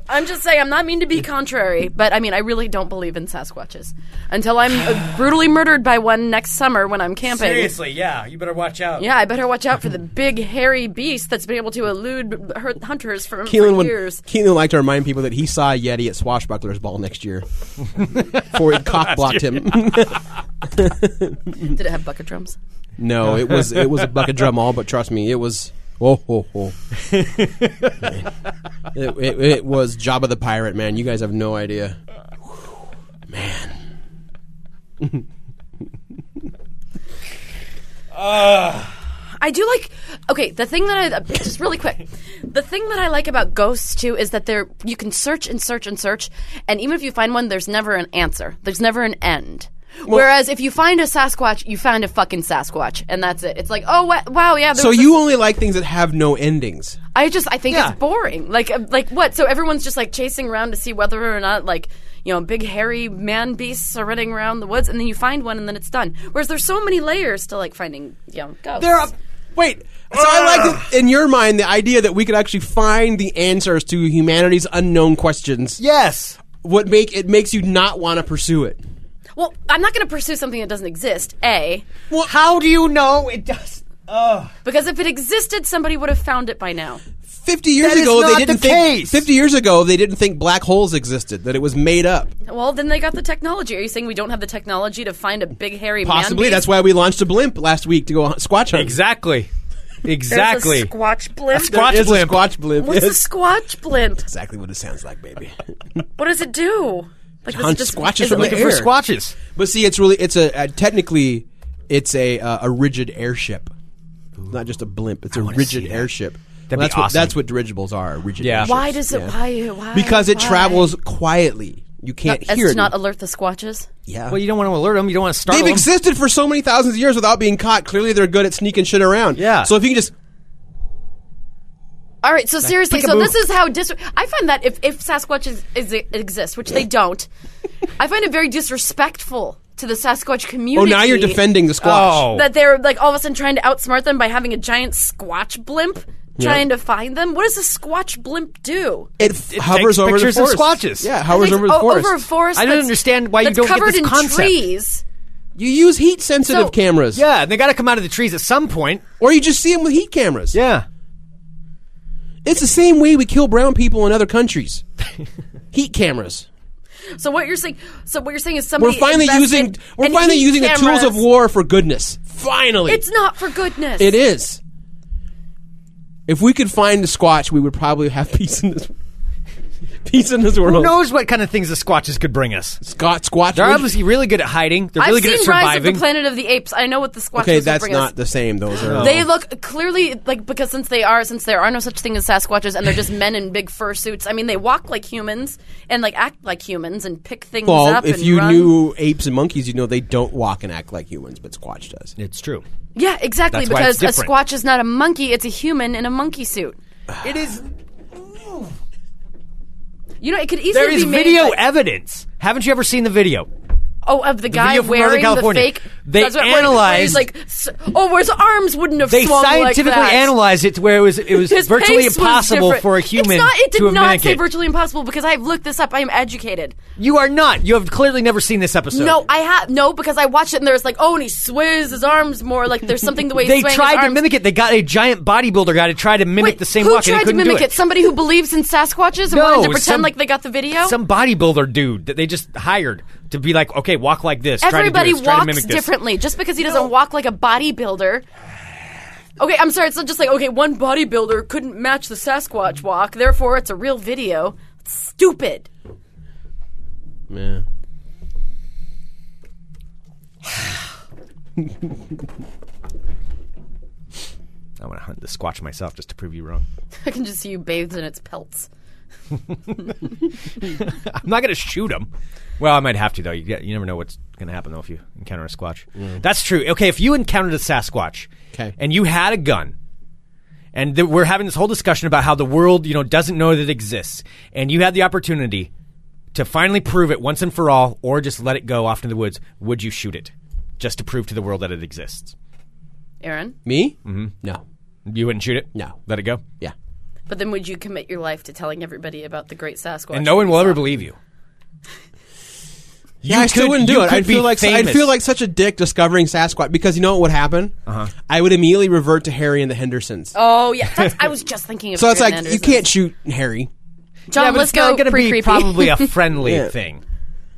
S7: I'm just saying. I'm not mean to be contrary, but I mean I really don't believe in Sasquatches until I'm uh, brutally murdered by one next summer when I'm camping.
S6: Seriously, yeah. You better watch out.
S7: Yeah, I better watch out for the big hairy beast that's been able to elude her- hunters for, for
S9: Keelan would,
S7: years.
S9: Keelan would like to remind people that he saw a Yeti at Swashbuckler's Ball next year before it cock blocked him.
S7: Did it have bucket drums?
S9: no, it was it was a bucket drum all, but trust me, it was oh oh oh. it, it, it was Jabba the Pirate, man. You guys have no idea.
S7: I do like. Okay, the thing that I uh, just really quick, the thing that I like about ghosts too is that they're you can search and search and search, and even if you find one, there's never an answer. There's never an end. Whereas if you find a Sasquatch, you found a fucking Sasquatch, and that's it. It's like, oh wa- wow, yeah. there
S9: So
S7: was a-
S9: you only like things that have no endings.
S7: I just I think
S6: Yeah.
S7: it's boring. Like uh, like what? So everyone's just like chasing around to see whether or not like you know big hairy man beasts are running around the woods, and then you find one, and then it's done. Whereas there's so many layers to like finding you know ghosts.
S9: There are wait. So I like in your mind the idea that we could actually find the answers to humanity's unknown questions.
S6: Yes.
S9: What make it makes you not want to pursue it.
S7: Well, I'm not going to pursue something that doesn't exist. A
S6: How do you know Oh, it does?
S7: because if it existed, somebody would have found it by now.
S9: 50 years
S6: That is
S9: ago
S6: not
S9: they didn't
S6: the
S9: think
S6: case.
S9: 50 years ago they didn't think black holes existed that it was made up
S7: Well, then they got the technology. Are you saying we don't have the technology to find a big hairy
S9: possibly
S7: man?
S9: that's why we launched a blimp last week to go hunt- squatch hunt
S6: Exactly. Exactly.
S7: A squatch blimp.
S6: squatch
S9: It's
S6: blimp.
S9: a squatch blimp
S7: What's
S9: It's
S7: a squatch blimp?
S9: exactly what it sounds like baby
S7: What does it do? Like this
S9: Hunt
S7: just-
S9: squatches
S7: is
S9: from
S7: it
S9: the
S6: For
S9: air.
S6: squatches.
S9: but see it's really it's a uh, technically it's a uh, a rigid airship not just a blimp it's a rigid airship
S6: That'd
S9: Well,
S6: be
S9: that's what
S6: awesome.
S9: that's what dirigibles are rigid
S6: Yeah.
S9: airships.
S7: Why does it?
S9: Yeah.
S7: Why? Why?
S9: because it
S7: why?
S9: travels quietly you can't
S7: As
S9: hear
S7: to
S9: it
S7: not alert the squatches.
S9: yeah
S6: Well, you don't want to alert them. You don't want to startle
S9: They've
S6: them.
S9: existed for so many thousands of years without being caught. Clearly, they're good at sneaking shit around.
S6: Yeah.
S9: So if you can just
S7: All right. So seriously, so
S9: peekaboo.
S7: this is how dis- I find that if if Sasquatches is, exist, which they don't, I find it very disrespectful to the Sasquatch
S9: oh,
S7: community.
S9: now you're defending the squash.
S6: Oh.
S7: that they're like all of a sudden trying to outsmart them by having a giant squatch blimp trying to find them. What does a squatch blimp do?
S9: It, f- hovers
S6: takes
S9: over the
S6: pictures of
S9: forest.
S6: squatches.
S9: Yeah, it hovers
S7: Like,
S9: over the
S7: oh,
S9: forest.
S7: Over a forest.
S6: I don't
S7: that's-
S6: understand why you
S7: that's
S6: don't get
S7: covered
S6: this
S7: in
S6: concept.
S7: trees.
S9: you use heat sensitive
S7: So-
S9: cameras.
S6: Yeah, they got to come out of the trees at some point.
S9: Or you just see them with heat cameras.
S6: Yeah.
S9: It's the same way we kill brown people in other countries. heat cameras.
S7: So what you're saying? So what you're saying is
S9: We're
S7: somebody
S9: finally
S7: invested
S9: using we're
S7: in
S9: finally
S7: heat
S9: using the tools of
S7: cameras.
S9: war for goodness. Finally.
S7: It's not for goodness.
S9: it is. If we could find the squatch, we would probably have peace in this peace in this world.
S6: Who knows what kind of things the squatches could bring us?
S9: Scott Squatch.
S6: They're obviously really good at hiding. They're
S7: I've
S6: really good
S7: seen
S6: at
S7: Rise of the
S6: surviving.
S7: Planet of the Apes. I know what the squatches
S9: okay,
S7: will
S9: that's
S7: bring
S9: not
S7: us.
S9: the same. Those are
S7: They look clearly like because since they are since there are no such thing as Sasquatches and they're just men in big fur suits. I mean, they walk like humans and like act like humans and pick things
S9: well.
S7: up.
S9: If
S7: and
S9: you
S7: run.
S9: knew apes and monkeys, you know they don't walk and act like humans, but Squatch does.
S6: It's true.
S7: yeah, exactly,
S6: That's why
S7: because
S6: it's
S7: a
S6: different.
S7: Squatch is not a monkey; it's a human in a monkey suit.
S6: It is.
S7: You know, it could easily
S6: There is
S7: be made
S6: video
S7: by-
S6: evidence. Haven't you ever seen the video?
S7: oh, of the guy
S6: video from Northern
S7: wearing the
S6: California.
S7: fake
S6: They
S7: That's what where- where he's
S6: analyzed.
S7: like, s- oh, his arms wouldn't have
S6: they
S7: swung
S6: scientifically
S7: like that.
S6: analyzed it to where it was it was
S7: His
S6: virtually
S7: pace was
S6: impossible
S7: different.
S6: for a human
S7: It's not, it did
S6: to have
S7: not
S6: mimic
S7: say
S6: it.
S7: virtually impossible because I've looked this up. I am educated.
S6: you are not. You have clearly never seen this episode.
S7: No, I have no because I watched it and there's like, oh, and he sways his arms more. Like there's something the way
S6: they
S7: he's swaying his
S6: tried to
S7: arms.
S6: mimic it. They got a giant bodybuilder guy to try to mimic
S7: Wait,
S6: the same
S7: who
S6: walk, and he
S7: tried to
S6: couldn't
S7: mimic
S6: do it.
S7: Somebody who believes in Sasquatches and
S6: No,
S7: wanted to pretend
S6: some-
S7: like they got the video.
S6: Some bodybuilder dude that they just hired to be like, okay, walk like this. try to
S7: Everybody
S6: do this, try to
S7: walks
S6: mimic this.
S7: differently. Just because he doesn't walk like a bodybuilder. Okay, I'm sorry. It's not just like okay, one bodybuilder couldn't match the Sasquatch walk, therefore it's a real video. It's stupid.
S9: Yeah.
S6: I want to hunt the squatch myself just to prove you wrong.
S7: I can just see you bathed in its pelts.
S6: I'm not going to shoot him. Well, I might have to though. You, get- you never know what's going to happen though if you encounter a squatch. That's true. Okay, if you encountered a Sasquatch,
S9: 'Kay.
S6: and you had a gun, and th- we're having this whole discussion about how the world, you know, doesn't know that it exists, and you had the opportunity to finally prove it once and for all, or just let it go off into the woods, would you shoot it just to prove to the world that it exists?
S7: Aaron?
S9: Me? Mm-hmm. No.
S6: You wouldn't shoot it.
S9: No.
S6: let it go,
S9: Yeah.
S7: But then would you commit your life to telling everybody about the great Sasquatch?
S6: and no one will ever believe you.
S9: Yeah, I still
S6: could-
S9: wouldn't
S6: you
S9: do it.
S6: could
S9: I'd
S6: be
S9: feel like I'd
S6: famous.
S9: feel like such a dick discovering Sasquatch because you know what would happen? Uh-huh. I would immediately revert to Harry and the Hendersons.
S7: Oh yeah, that's, I was just thinking of.
S9: so it's
S7: Karen
S9: like you
S7: Anderson.
S9: can't shoot Harry.
S7: John,
S6: yeah, but
S7: let's
S6: it's not
S7: go.
S6: going to
S7: pre
S6: be
S7: creepy.
S6: probably a friendly
S9: Yeah.
S6: thing.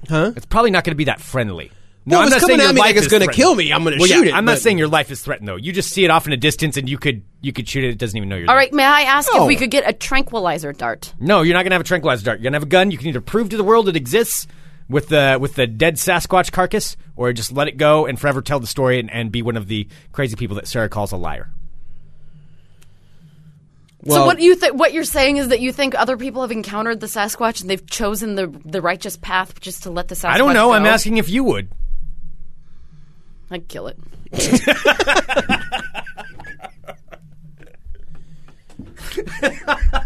S9: Huh?
S6: It's probably not going to be that friendly.
S9: No,
S6: I'm
S9: it's
S6: not
S9: coming
S6: saying your
S9: at me
S6: life
S9: like it's
S6: is
S9: gonna
S6: threatened.
S9: kill me. I'm gonna
S6: Well,
S9: shoot
S6: yeah,
S9: it,
S6: I'm
S9: but-
S6: not saying your life is threatened though. You just see it off in a distance, and you could you could shoot it. It doesn't even know you're.
S7: All
S6: there.
S7: right, may I ask
S9: No.
S7: if we could get a tranquilizer dart?
S6: No, you're not going to have a tranquilizer dart. You're going to have a gun. You can either prove to the world it exists with the with the dead Sasquatch carcass, or just let it go and forever tell the story and, and be one of the crazy people that Sarah calls a liar.
S9: Well,
S7: so what you th- what you're saying is that you think other people have encountered the Sasquatch and they've chosen the the righteous path just to let the Sasquatch.
S6: I don't know. I'm
S7: go?
S6: asking if you would.
S7: I'd kill it.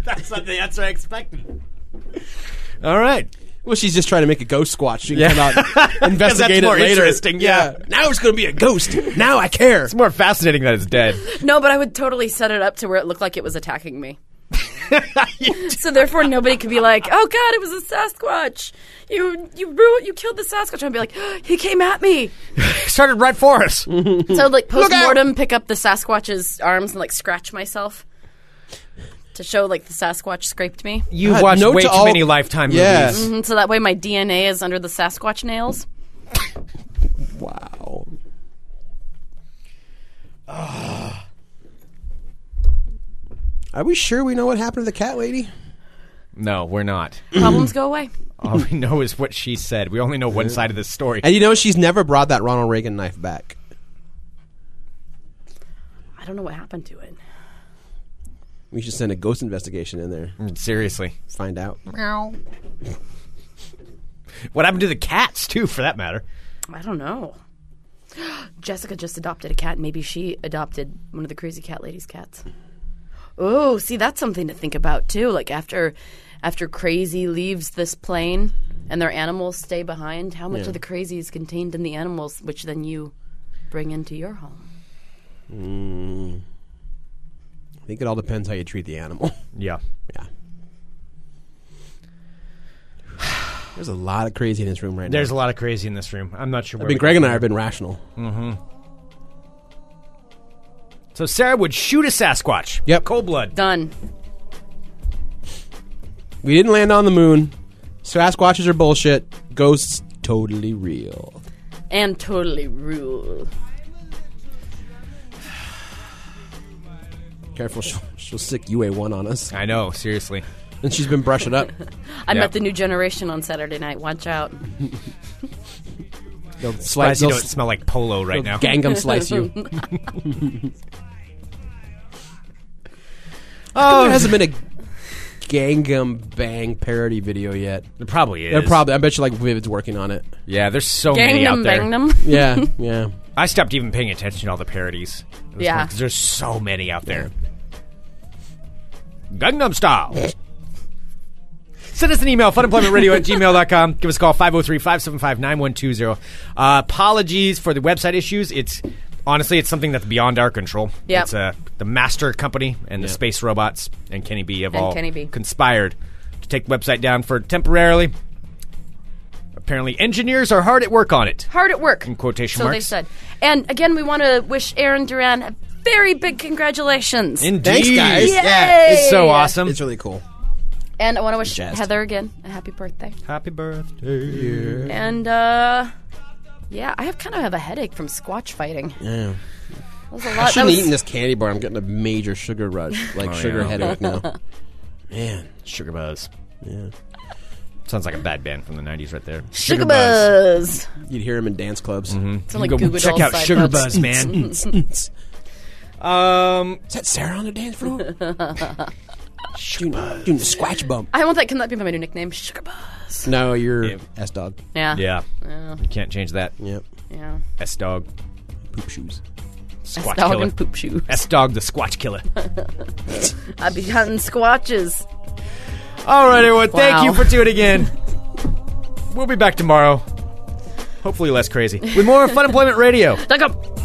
S6: That's not the answer I expected. All right.
S9: well, she's just trying to make a ghost squatch. She can
S6: Yeah.
S9: come out, and investigate
S6: that's more
S9: it later.
S6: interesting, yeah.
S9: Now it's gonna be a ghost. Now I care.
S6: It's more fascinating that it's dead.
S7: No, but I would totally set it up to where it looked like it was attacking me. so therefore, nobody could be like, "Oh God, it was a Sasquatch! You you ruined, you killed the Sasquatch!" I'd be like, "He came at me!"
S6: started right for us.
S7: So like post mortem, pick up the Sasquatch's arms and like scratch myself to show like the Sasquatch scraped me.
S6: You've
S9: God,
S6: watched
S9: note
S6: way
S9: Uh, to
S6: too
S9: all-
S6: many Lifetime
S9: Yeah.
S6: movies.
S7: And so that way my DNA is under the Sasquatch nails.
S9: Wow. Are we sure we know what happened to the cat lady?
S6: No, we're not.
S7: Problems go away.
S6: All we know is what she said. We only know one side of this story.
S9: And you know she's never brought that Ronald Reagan knife back.
S7: I don't know what happened to it.
S9: We should send a ghost investigation in there.
S6: Mm. Seriously,
S9: Find out.
S6: what happened to the cats too, for that matter?
S7: I don't know. Jessica just adopted a cat. Maybe she adopted one of the crazy cat lady's cats. Oh, see, that's something to think about too. Like after, after crazy leaves this plane and their animals stay behind, how much of the crazy is contained in the animals, which then you bring into your home?
S9: I think it all depends how you treat the animal.
S6: Yeah.
S9: yeah. There's a lot of crazy in this room right
S6: There's
S9: now.
S6: a lot Mm. of crazy in this room. I'm not sure.
S9: I
S6: Where
S9: mean,
S6: we-
S9: Greg and I have been rational.
S6: So Sarah would shoot a Sasquatch.
S9: Yep.
S6: Cold blood.
S7: Done.
S9: We didn't land on the moon. Sasquatches are bullshit. Ghosts totally real.
S7: And totally rule.
S9: Careful, she'll, she'll sick UA1 on us.
S6: I know. Seriously.
S9: And she's been brushing up.
S7: I
S6: Yeah.
S7: met the new generation on Saturday night. Watch out.
S9: They'll
S6: Why
S9: slice,
S6: does he
S9: they'll,
S6: don't smell like polo right now?
S9: gangnam slice you. oh, there hasn't been a Gangnam Bang parody video yet.
S6: There probably is.
S9: They're probably. I bet you like Vivid's working on it.
S6: Yeah. There's so many out
S7: Gangnam
S6: there.
S7: Bangnam.
S9: Yeah, yeah.
S6: I stopped even paying attention to all the parodies. It was
S7: Yeah.
S6: Because there's so many out there. Gangnam Style. Send us an email, funemploymentradio at gmail.com. Give us a call, 503 575 9120. Uh, Apologies for the website issues. It's honestly, it's something that's beyond our control.
S7: Yep.
S6: It's uh, the master company and the space robots and Kenny B have
S7: And
S6: all
S7: Kenny B.
S6: conspired to take the website down for temporarily. Apparently, engineers are hard at work on it.
S7: Hard at work. In
S6: quotation
S7: so they
S6: marks.
S7: said. And again, we want to wish Aaron Duran a very big congratulations.
S6: Indeed.
S9: Thanks, guys.
S7: Yay!
S9: Yeah,
S6: It's so awesome.
S9: it's really cool.
S7: And I want to wish
S9: Jazzed.
S7: Heather again a happy birthday.
S6: Happy birthday.
S7: And uh yeah, I have kind of have a headache from squatch fighting. Yeah. That was a lot.
S9: I
S7: That
S9: shouldn't have eaten
S7: was,
S9: this candy bar. I'm getting a major sugar rush,
S6: Oh,
S9: like sugar headache now. Man,
S6: Sugar Buzz. Yeah. Sounds like a bad band from the 90s right there.
S7: Sugar Buzz.
S9: you'd hear him in dance clubs.
S7: It's like
S6: Go
S7: Goo Goo
S6: Mm-hmm. check
S7: Dolls
S6: out
S7: side
S6: Sugar
S7: notes.
S6: Buzz, man.
S9: Is
S6: um,
S9: that Sarah on the dance floor? Doing doing the squatch bump.
S7: I want that. Can that be my new nickname? Sugar Buzz.
S9: No, you're
S6: Yeah.
S9: S dog.
S7: Yeah.
S6: yeah. You can't change that.
S9: Yep.
S7: Yeah.
S6: S Dog.
S9: Poop shoes.
S7: That's
S6: Squatch
S7: dog
S6: killer.
S7: and poop shoe.
S6: S Dog, the Squatch killer.
S7: I'd be hunting squatches.
S6: All right, everyone. Thank
S7: Wow.
S6: you for tuning in. We'll be back tomorrow. Hopefully less crazy. With more Fun Employment Radio.
S7: Like a